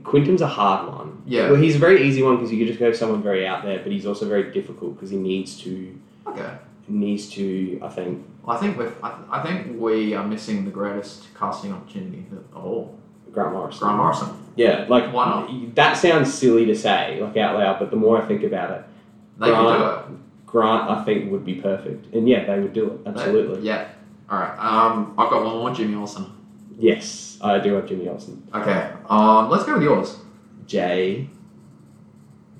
B: Quinton's a hard one
A: Yeah.
B: Well, he's a very easy one because you could just go someone very out there, but he's also very difficult because he needs to
A: Okay.
B: needs to I think
A: I think we I, th- I think we are missing the greatest casting opportunity of all.
B: Grant Morrison.
A: Grant Morrison.
B: Yeah, like
A: Why not?
B: That sounds silly to say like out loud, but the more I think about it,
A: They could do it.
B: Grant I think would be perfect, and yeah, they would do it absolutely.
A: Yeah. All right. Um, I've got one more, Jimmy Olsen.
B: Yes, I do have Jimmy Olsen.
A: Okay. Um, let's go with yours.
B: Jay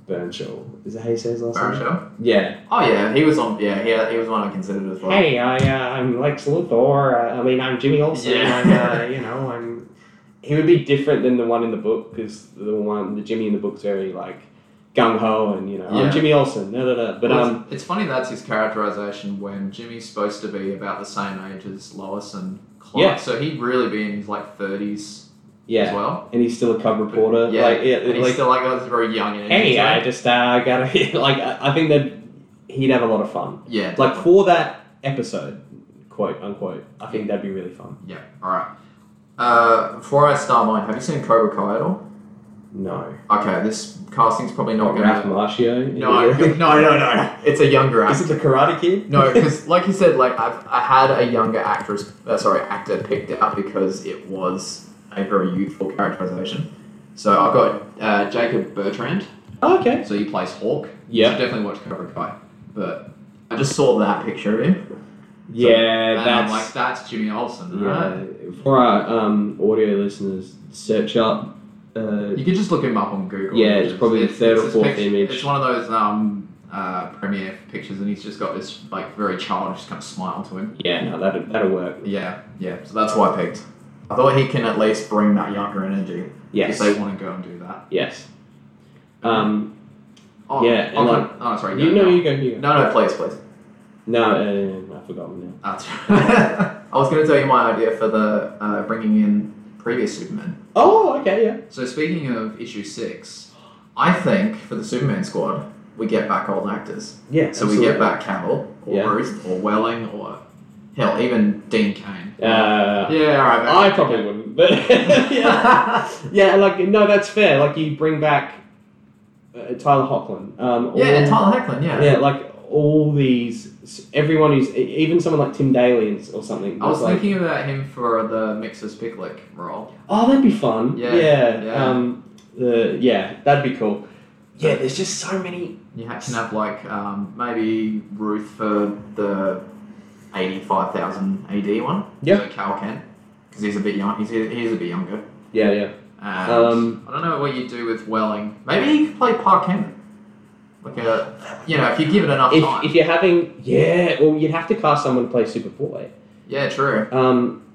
B: Burnshaw. Is that how he says last name?
A: Barrow
B: Yeah.
A: Oh yeah, he was on. Yeah, he, he was one I considered as well.
B: Hey, I, uh, I'm Lex Luthor. Uh, I mean, I'm Jimmy Olsen.
A: Yeah.
B: I'm, uh, you know, I'm. He would be different than the one in the book because the one, the Jimmy in the book's very like gung ho and you know,
A: Yeah.
B: I'm Jimmy Olsen. Da, da, da. But
A: Well,
B: um,
A: it's- it's, funny that's his characterization when Jimmy's supposed to be about the same age as Lois and Clark.
B: Yeah.
A: So he'd really be in his like thirties as
B: yeah,
A: well.
B: and he's still a cub reporter.
A: Yeah.
B: Like, yeah,
A: And he's
B: like
A: still like oh, he's very young. And
B: hey,
A: he's
B: I
A: like,
B: just uh, gotta like I I think that he'd have a lot of fun.
A: yeah,
B: Like for that episode, quote unquote, I think that'd be really fun.
A: yeah. All right. Uh, before I start mine, have you seen Cobra Kai at all?
B: No,
A: Okay, this casting's probably not
B: Ralph
A: gonna.
B: Marcio.
A: No, no, no, no. It's a younger actor.
B: Is it the Karate Kid?
A: No, because like you said, like I've I had a younger actress, uh, sorry, actor picked out because it was a very youthful characterization. So I've got uh, Jacob Bertrand,
B: Oh, okay.
A: so he plays Hawk.
B: Yeah.
A: so definitely watch Cobra Kai. But I just saw that picture of him,
B: Yeah,
A: and I'm
B: that's
A: like, that's Jimmy Olsen. right?
B: yeah. For our um, audio listeners, search up. Uh,
A: You could just look him up on Google.
B: Yeah, it's probably the third or
A: this
B: fourth
A: picture-
B: image.
A: It's one of those um, uh, premiere pictures, and he's just got this like very childish kind of smile to him.
B: yeah, no, that'll that'll work.
A: Yeah, yeah. So that's why I picked. I thought he can at least bring that younger energy
B: Yes,
A: if they want to go and do that.
B: yes. Um,
A: Oh,
B: Yeah, and
A: oh,
B: like-
A: no, no, sorry.
B: you
A: go.
B: know, you go, you go.
A: No, no, please, please.
B: No, uh, I've forgotten now.
A: That's I was going to tell you my idea for the uh, bringing in previous Superman.
B: Oh, okay, yeah.
A: So speaking of issue six, I think for the Superman squad we get back old actors.
B: Yeah,
A: So we get back Cavill or
B: Yeah.
A: Bruce or Welling or hell even Dean Kane.
B: Uh,
A: yeah, all right.
B: I
A: man.
B: probably wouldn't, but yeah, yeah, like no, that's fair. Like you bring back uh, Tyler Hoechlin. Um,
A: yeah,
B: or-
A: and Tyler Hecklin. Yeah.
B: yeah, like all these, everyone who's even someone like Tim Daly and s- or something.
A: I was
B: like,
A: thinking about him for the Mixers Picklick role.
B: Oh, that'd be fun.
A: Yeah,
B: Yeah.
A: yeah.
B: Um, the yeah, that'd be cool. Yeah, there's just so many.
A: You ha- can have like um, maybe Ruth for the eighty-five thousand AD one.
B: Yeah.
A: So Cal Kent because he's a bit young. He's, he's a bit younger.
B: Yeah, yeah.
A: And
B: Um,
A: I don't know what you do with Welling. Maybe he could play Park Hammond. Like a, you know, if you give it enough
B: If,
A: time.
B: if you're having yeah, well, you'd have to cast someone to play Superboy.
A: yeah, true.
B: Um,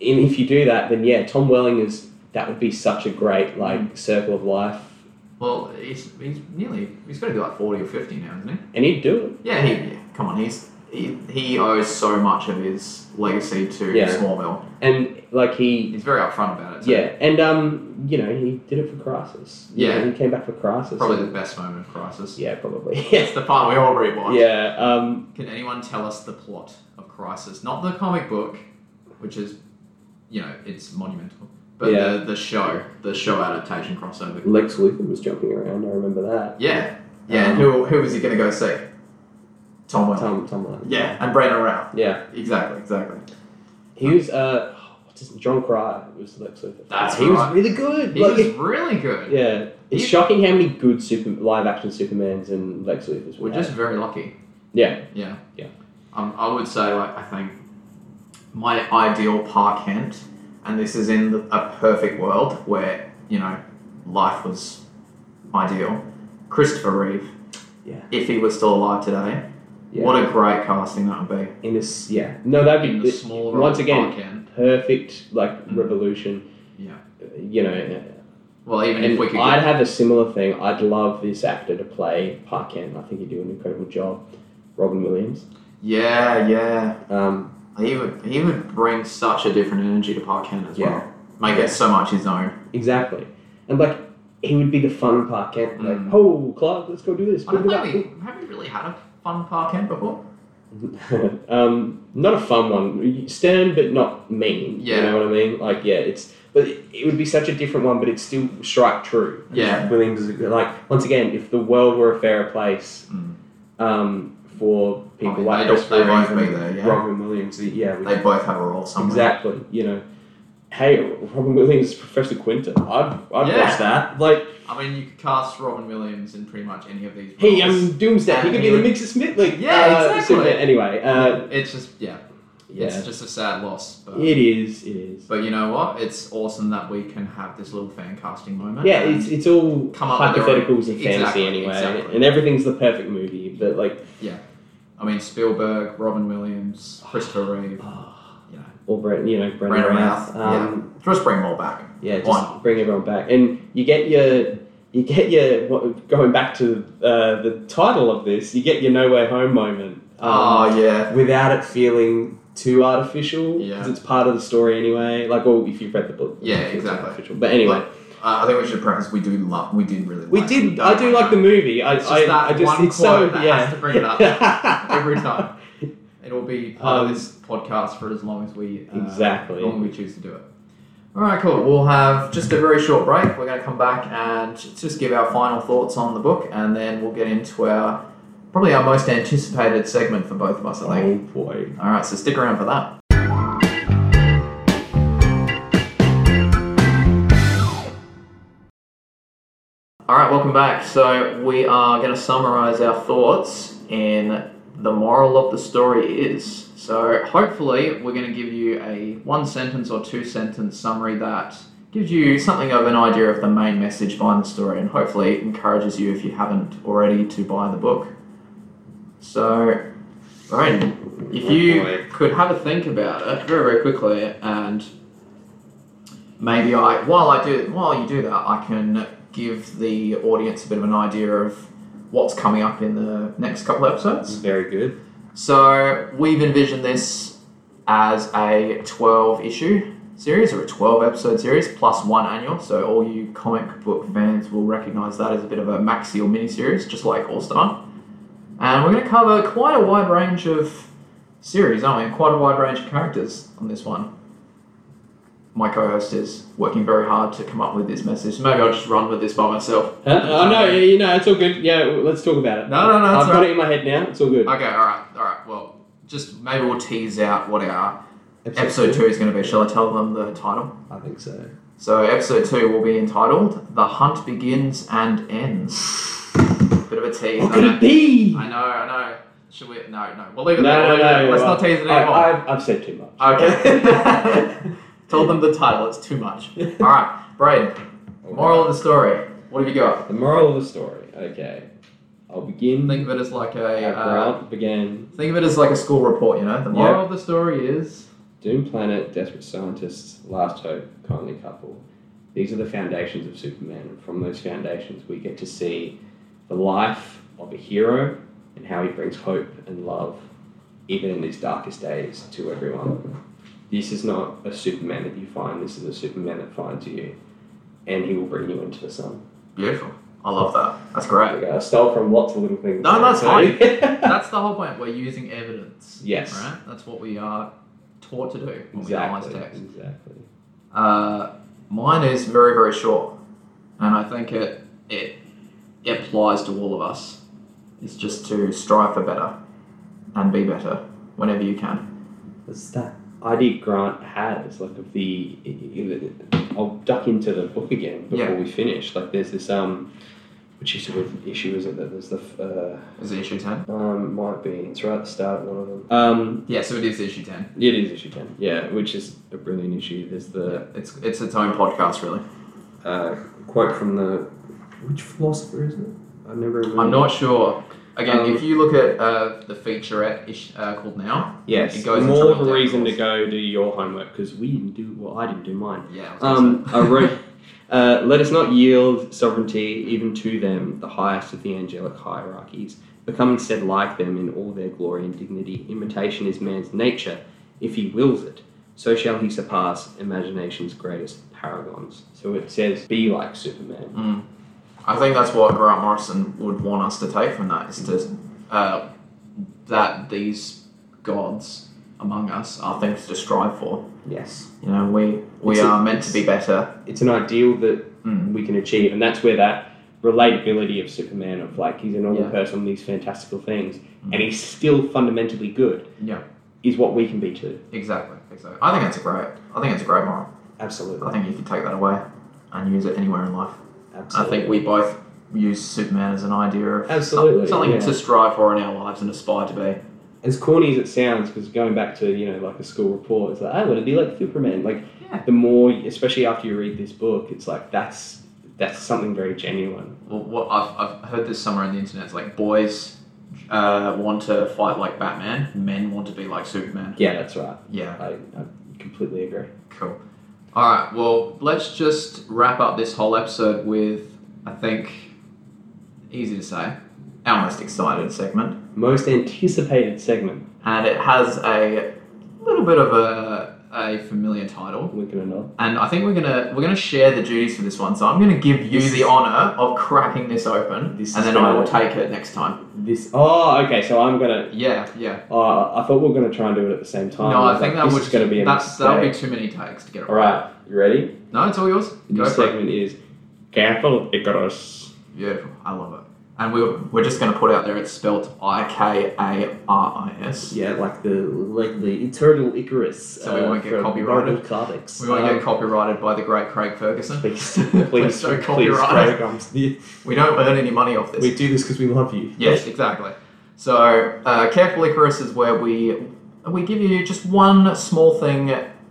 B: and if you do that, then yeah, Tom Welling is that would be such a great
A: Mm.
B: like circle of life,
A: Well, he's he's nearly he's got to be like forty or fifty now, isn't he?
B: and he'd do
A: Yeah, he. yeah, Come on, he's he, he owes so much of his legacy to
B: Yeah.
A: Smallville.
B: it. And like he
A: He's very upfront about it. too.
B: yeah, and um, you know, he did it for Crisis. You
A: Yeah.
B: know, he came back for Crisis.
A: Probably the best moment of Crisis.
B: yeah, probably. Yeah.
A: It's the part we all rewatch.
B: Yeah. Um.
A: Can anyone tell us the plot of Crisis? Not the comic book, which is, you know, it's monumental, but
B: Yeah.
A: the, the show, the show adaptation crossover.
B: Lex Luthor was jumping around. I remember that.
A: Yeah. Yeah,
B: Um,
A: and who, who is he going to go see? Tom Welling.
B: Tom, Tom Lennon.
A: Oh, Yeah, and Brandon Ralph.
B: Yeah.
A: Exactly, exactly.
B: He was, uh, what's his John Cryer was Lex Luthor.
A: That's
B: He
A: right.
B: was really good.
A: He
B: like,
A: was really good.
B: yeah. It's
A: He-
B: shocking how many good super live action Supermans and Lex Luthors we
A: We're
B: have.
A: just very lucky.
B: Yeah.
A: Yeah.
B: Yeah.
A: Um, I would say, like, I think my ideal Park Kent, and this is in the, a perfect world where, you know, life was ideal. Christopher Reeve,
B: Yeah.
A: if he was still alive today,
B: Yeah.
A: what a great casting that would be.
B: in this, yeah. No, that'd
A: In
B: be
A: the
B: this
A: small
B: once
A: role
B: again-
A: Park Kent.
B: perfect, like,
A: Mm.
B: revolution.
A: Yeah.
B: Uh, You know,
A: Well, even if
B: and
A: we could.
B: I'd
A: Get,
B: have a similar thing. I'd love this actor to play Park Kent. I think he'd do an incredible job. Robin Williams.
A: yeah, yeah.
B: Um,
A: He would, he would bring such a different energy to Park Kent as
B: Yeah.
A: well. Make it so much his own.
B: exactly. And, like, he would be the fun Park Kent. Like,
A: Mm.
B: oh, Clark, let's go do this.
A: I don't
B: We'll do
A: think
B: that.
A: we, have we really had a fun Park Kent before?
B: um, not a fun one. Stern, but not mean.
A: Yeah.
B: You know what I mean? Like, yeah, it's But it it would be such a different one, but it'd still strike true.
A: Yeah.
B: Willing to like once again, if the world were a fairer place
A: Mm.
B: um, for people
A: I mean,
B: like
A: they-
B: Chris
A: they
B: Williams
A: both be
B: and
A: there, yeah.
B: Robin Williams, the- yeah, we,
A: They both have a role somewhere.
B: exactly. You know, hey, Robin Williams, is Professor Quinton, I'd I'd
A: Yeah.
B: watch that. Like
A: I mean, you could cast Robin Williams in pretty much any of these roles.
B: hey, I'm Doomsday. He
A: And
B: could
A: he
B: be the
A: would-
B: Mixer Smith. Like
A: Yeah,
B: uh,
A: exactly.
B: Superman. Anyway, uh,
A: it's just yeah,
B: yeah,
A: it's just a sad loss. But,
B: it is. It is.
A: but you know what? It's awesome that we can have this little fan casting moment.
B: Yeah,
A: and-
B: it's it's all
A: Come up with their own-
B: hypotheticals and fantasy
A: Exactly,
B: anyway,
A: exactly.
B: and everything's the perfect movie. But like,
A: I mean Spielberg, Robin Williams, Christopher Reeve. You know,
B: or Brett, you know, Brett
A: Ah, Brendan Routh,
B: Um,
A: just bring them all back.
B: yeah, just
A: Why?
B: bring everyone back, and you get your. You get your what, going back to uh, the title of this. You get your No Way Home moment um,
A: oh yeah,
B: without it feeling too artificial
A: Yeah.
B: it's part of the story anyway. Like, well, if you've read the book,
A: Yeah,
B: it feels
A: exactly.
B: Artificial. But anyway,
A: I I think we should preface. We do love. We did really.
B: we
A: like
B: did.
A: it.
B: I do like the movie. I
A: It's just
B: I,
A: that
B: I just
A: one
B: it's so
A: quote that
B: yeah.
A: has to bring it up every time. It will be part
B: Um,
A: of this podcast for as long as we uh,
B: Exactly.
A: long as we choose to do it. All right, cool. We'll have just a very short break. We're going to come back and just give our final thoughts on the book, and then we'll get into our probably our most anticipated segment for both of us. I think.
B: Oh boy.
A: All right, so stick around for that. All right, welcome back. So we are going to summarize our thoughts in the moral of the story is. So hopefully we're going to give you a one sentence or two sentence summary that gives you something of an idea of the main message behind the story and hopefully encourages you if you haven't already to buy the book. So, Ryan, if you could have a think about it very, very quickly and maybe I while I do while you do that I can give the audience a bit of an idea of what's coming up in the next couple of episodes.
B: very good.
A: So we've envisioned this as a 12 issue series or a 12 episode series plus one annual. So all you comic book fans will recognize that as a bit of a maxi or mini series, just like All Star. And we're going to cover quite a wide range of series, aren't we? Quite a wide range of characters on this one. My co-host is working very hard to come up with this message. Maybe I'll just run with this by myself.
B: Huh? Oh no, yeah, you know it's all good. Yeah, well, let's talk about it.
A: No, no, no.
B: I've
A: it's
B: got
A: all
B: it in my head now. It's all good.
A: right. Okay, all right, all right. Well, just maybe we'll tease out what our Episode two is going to be. Shall I tell them the title?
B: I think so.
A: So episode two will be entitled "The Hunt Begins and Ends." Bit of a tease.
B: What
A: I
B: could
A: know.
B: it be?
A: I know. I know. Should we? No, no. We'll leave it
B: No,
A: there.
B: no,
A: We'll leave it
B: no,
A: there. Let's
B: well,
A: not tease it anymore.
B: I, I've, I've said too much.
A: Okay. Told them the title. It's too much. All right, Braden. Moral of the story. What have you got?
B: The moral of the story. Okay, I'll begin.
A: Think of it as like a.
B: Our
A: Uh,
B: route began.
A: think of it as like a school report. You know, the moral
B: Yeah.
A: of the story is.
B: Doom Planet, Desperate Scientists, Last Hope, Kindly Couple. These are the foundations of Superman, and from those foundations, we get to see the life of a hero and how he brings hope and love, even in these darkest days, to everyone. This is not a Superman that you find, this is a Superman that finds you, and he will bring you into the sun.
A: Beautiful. I love that. That's great.
B: Like, I stole from lots of little things.
A: No, that's
B: Okay.
A: That's the whole point. We're using evidence.
B: yes.
A: Right? That's what we are taught to do when we analyze
B: Exactly.
A: text.
B: Exactly.
A: Uh, mine is very, very short, and I think it it applies to all of us. It's just to strive for better and be better whenever you can.
B: What's that ID Grant has, like of the. I'll duck into the book again before
A: Yeah.
B: we finish. Like there's this um, which issue of issue is it that there's the
A: Is it issue ten?
B: uh, um might be it's right at the start of one of them. Um,
A: Yeah, so it is issue ten.
B: it is issue ten. Yeah, which is a brilliant issue. There's the
A: It's it's its own podcast, really.
B: uh, quote from the which philosopher is it? I never. Remember.
A: I'm not sure. Again,
B: Um,
A: if you look at uh, the featurette ish, uh, called Now,
B: Yes,
A: It goes into
B: more of a
A: real
B: reason to
A: depth.
B: go do your homework because we didn't do. Well, I didn't do mine.
A: yeah, I was gonna
B: Um,
A: say.
B: I wrote, uh, let us not yield sovereignty even to them, the highest of the angelic hierarchies. Become instead like them in all their glory and dignity. Imitation is man's nature, if he wills it. So shall he surpass imagination's greatest paragons. So it says, be like Superman.
A: Mm. I think that's what Grant Morrison would want us to take from that is to uh, that these gods among us are things to strive for.
B: Yes.
A: You know, we we
B: It's a-
A: are meant to be better.
B: It's an ideal that
A: Mm.
B: we can achieve. And that's where that relatability of Superman of like he's a normal
A: Yeah.
B: person with these fantastical things
A: Mm.
B: and he's still fundamentally good
A: Yeah,
B: is what we can be too.
A: exactly, exactly. I think it's a great. I think it's a great moral. I
B: Absolutely.
A: think you can take that away and use it anywhere in life. I
B: Absolutely.
A: think we both use Superman as an idea of
B: Absolutely,
A: something
B: yeah.
A: to strive for in our lives and aspire to be.
B: as corny as it sounds, because going back to, you know, like a school report, it's like, I want to be like Superman. Like
A: Yeah.
B: the more especially after you read this book, it's like that's that's something very genuine.
A: Well, what I've, I've heard this somewhere on the internet. It's like boys uh, want to fight like Batman, men want to be like Superman.
B: Yeah, that's right.
A: Yeah,
B: I, I completely agree.
A: cool. All right, well, let's just wrap up this whole episode with, I think, easy to say, our most excited segment.
B: Most anticipated segment,
A: And it has a little bit of a, a familiar title.
B: Lincoln and all.
A: And I think we're gonna we're gonna share the duties for this one. So I'm gonna give you
B: This
A: the
B: is-
A: honour of cracking this open,
B: This
A: and
B: is
A: then I
B: gonna-
A: will take it next time.
B: This Oh, okay, so I'm gonna
A: Yeah, yeah.
B: Uh, I thought we were going to try and do it at the same time.
A: no, I
B: was
A: think
B: like,
A: that
B: this
A: would
B: is going to be a
A: that's that'll be
B: mistake.
A: too many takes to get it
B: All right, you ready?
A: No, it's all yours.
B: The
A: Go
B: new
A: for it.
B: segment is Careful Icarus.
A: Beautiful. I love it. And we're we're just gonna put out there it's spelt I K A R I S.
C: Yeah, like the like the eternal Icarus.
A: So we
B: uh,
A: won't get
C: from
A: copyrighted?
C: Marvel Comics.
A: We won't
B: Um,
A: get copyrighted by the great Craig Ferguson.
C: Please,
B: Please,
A: so
B: please,
A: copyrighted.
B: Craig, I'm-
A: We don't earn any money off this.
C: we do this because we love you.
A: Yes, exactly. So, uh, careful Icarus is where we we give you just one small thing.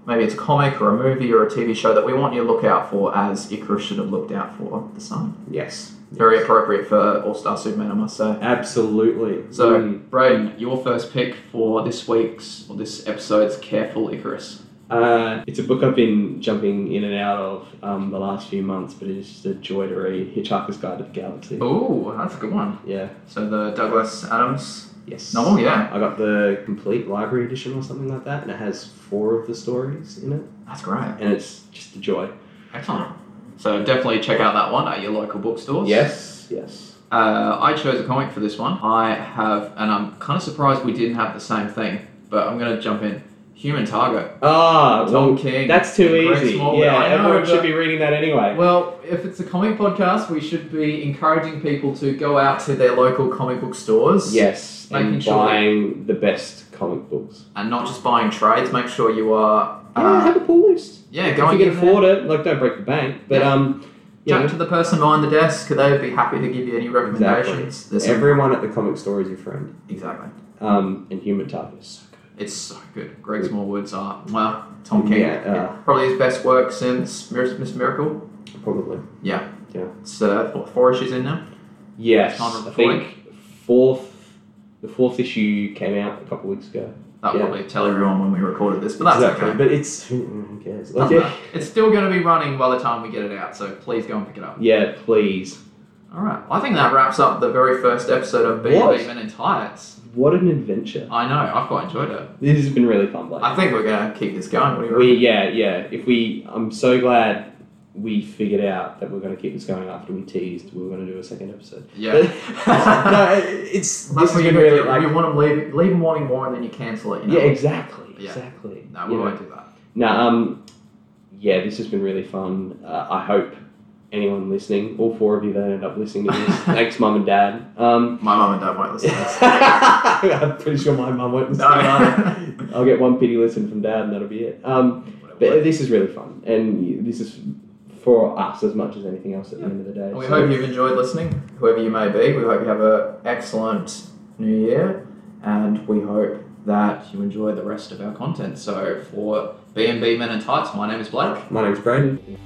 A: Maybe it's a comic or a movie or a TV show that we want you to look out for, as Icarus should have looked out for the sun.
C: Yes.
A: Very appropriate for All Star Superman, I must say.
C: Absolutely.
A: So,
B: Mm.
A: Braden, your first pick for this week's or this episode's Careful Icarus.
B: Uh, it's a book I've been jumping in and out of um, the last few months, but it's just a joy to read Hitchhiker's Guide to the Galaxy.
A: Ooh, that's a good one.
B: Yeah,
A: So the Douglas Adams
B: yes.
A: novel, yeah,
B: I got the complete library edition or something like that, and it has four of the stories in it,
A: that's great.
B: and it's just a joy.
A: Excellent. So definitely check out that one at your local bookstores.
B: Yes, yes.
A: Uh, I chose a comic for this one. I have, and I'm kind of surprised we didn't have the same thing, but I'm going to jump in. Human Target,
B: Ah,
A: Tom
B: well,
A: King.
B: That's too
A: Greg
B: easy.
A: Smallwood.
B: Yeah,
A: I know,
B: everyone
A: but-
B: should be reading that anyway.
A: Well, if it's a comic podcast, we should be encouraging people to go out to their local comic book stores.
B: Yes,
A: Making
B: and
A: sure that-
B: buying the best comic books.
A: And not just buying trades. Make sure you are.
B: Yeah,
A: Uh,
B: have a pull list.
A: yeah,
B: if
A: go
B: you
A: and
B: can
A: get them
B: afford it, like don't break the bank. But
A: Yeah.
B: um, you
A: there. Chat
B: know,
A: to the person behind the desk. They would be happy to give you any recommendations. There's some-
B: everyone at the comic store is your friend.
A: exactly.
B: Um, and Human Target is so good.
A: It's so good. Greg Smallwood's art. Well, Tom King.
B: Yeah,
A: Probably his best work since Mir- Miss Miracle.
B: uh, probably.
A: So what, four issues in now.
B: Yes,
A: Can't remember
B: I think fourth. The fourth issue came out a couple weeks ago.
A: That'll
B: Yeah.
A: probably tell everyone when we recorded this, but that's
C: exactly.
A: okay.
C: But it's who, who cares? Like,
A: Doesn't
B: Okay.
A: matter. It's still going to be running by the time we get it out, so please go and pick it up.
B: Yeah, please.
A: All right, I think that wraps up the very first episode of
B: What?
A: B&B Men in Tights.
B: What an adventure!
A: I know, I've quite enjoyed it.
B: This has been really fun, Blake.
A: I think we're going to keep this going. What do you
B: We
A: reckon?
B: yeah yeah. If we, I'm so glad we figured out that we're going to keep this going after we teased we were going to do a second episode.
A: yeah.
C: no, it- it's
A: That's
C: this
A: what
C: has
A: you
C: been
A: do.
C: really
A: You
C: like
A: want them leave, leave them wanting more, and then you cancel it. You know?
B: Yeah, exactly,
A: Yeah.
B: exactly.
A: No, we
B: You know.
A: won't do that.
B: No, um, yeah, this has been really fun. Uh, I hope anyone listening, all four of you that end up listening to this, thanks, mum and dad. Um,
A: My mum and dad won't listen to this.
B: I'm pretty sure my mum won't listen. to
A: no.
B: mine. I'll get one pity listen from dad, and that'll be it. Um, But this is really fun, and this is for us as much as anything else at
A: Yeah.
B: the end of the day.
A: Well, We
B: So-
A: hope you've enjoyed listening, whoever you may be. We hope you have an excellent new year, and we hope that you enjoy the rest of our content. So, for B&B Men in Tights, my name is Blake.
C: my name's Braden.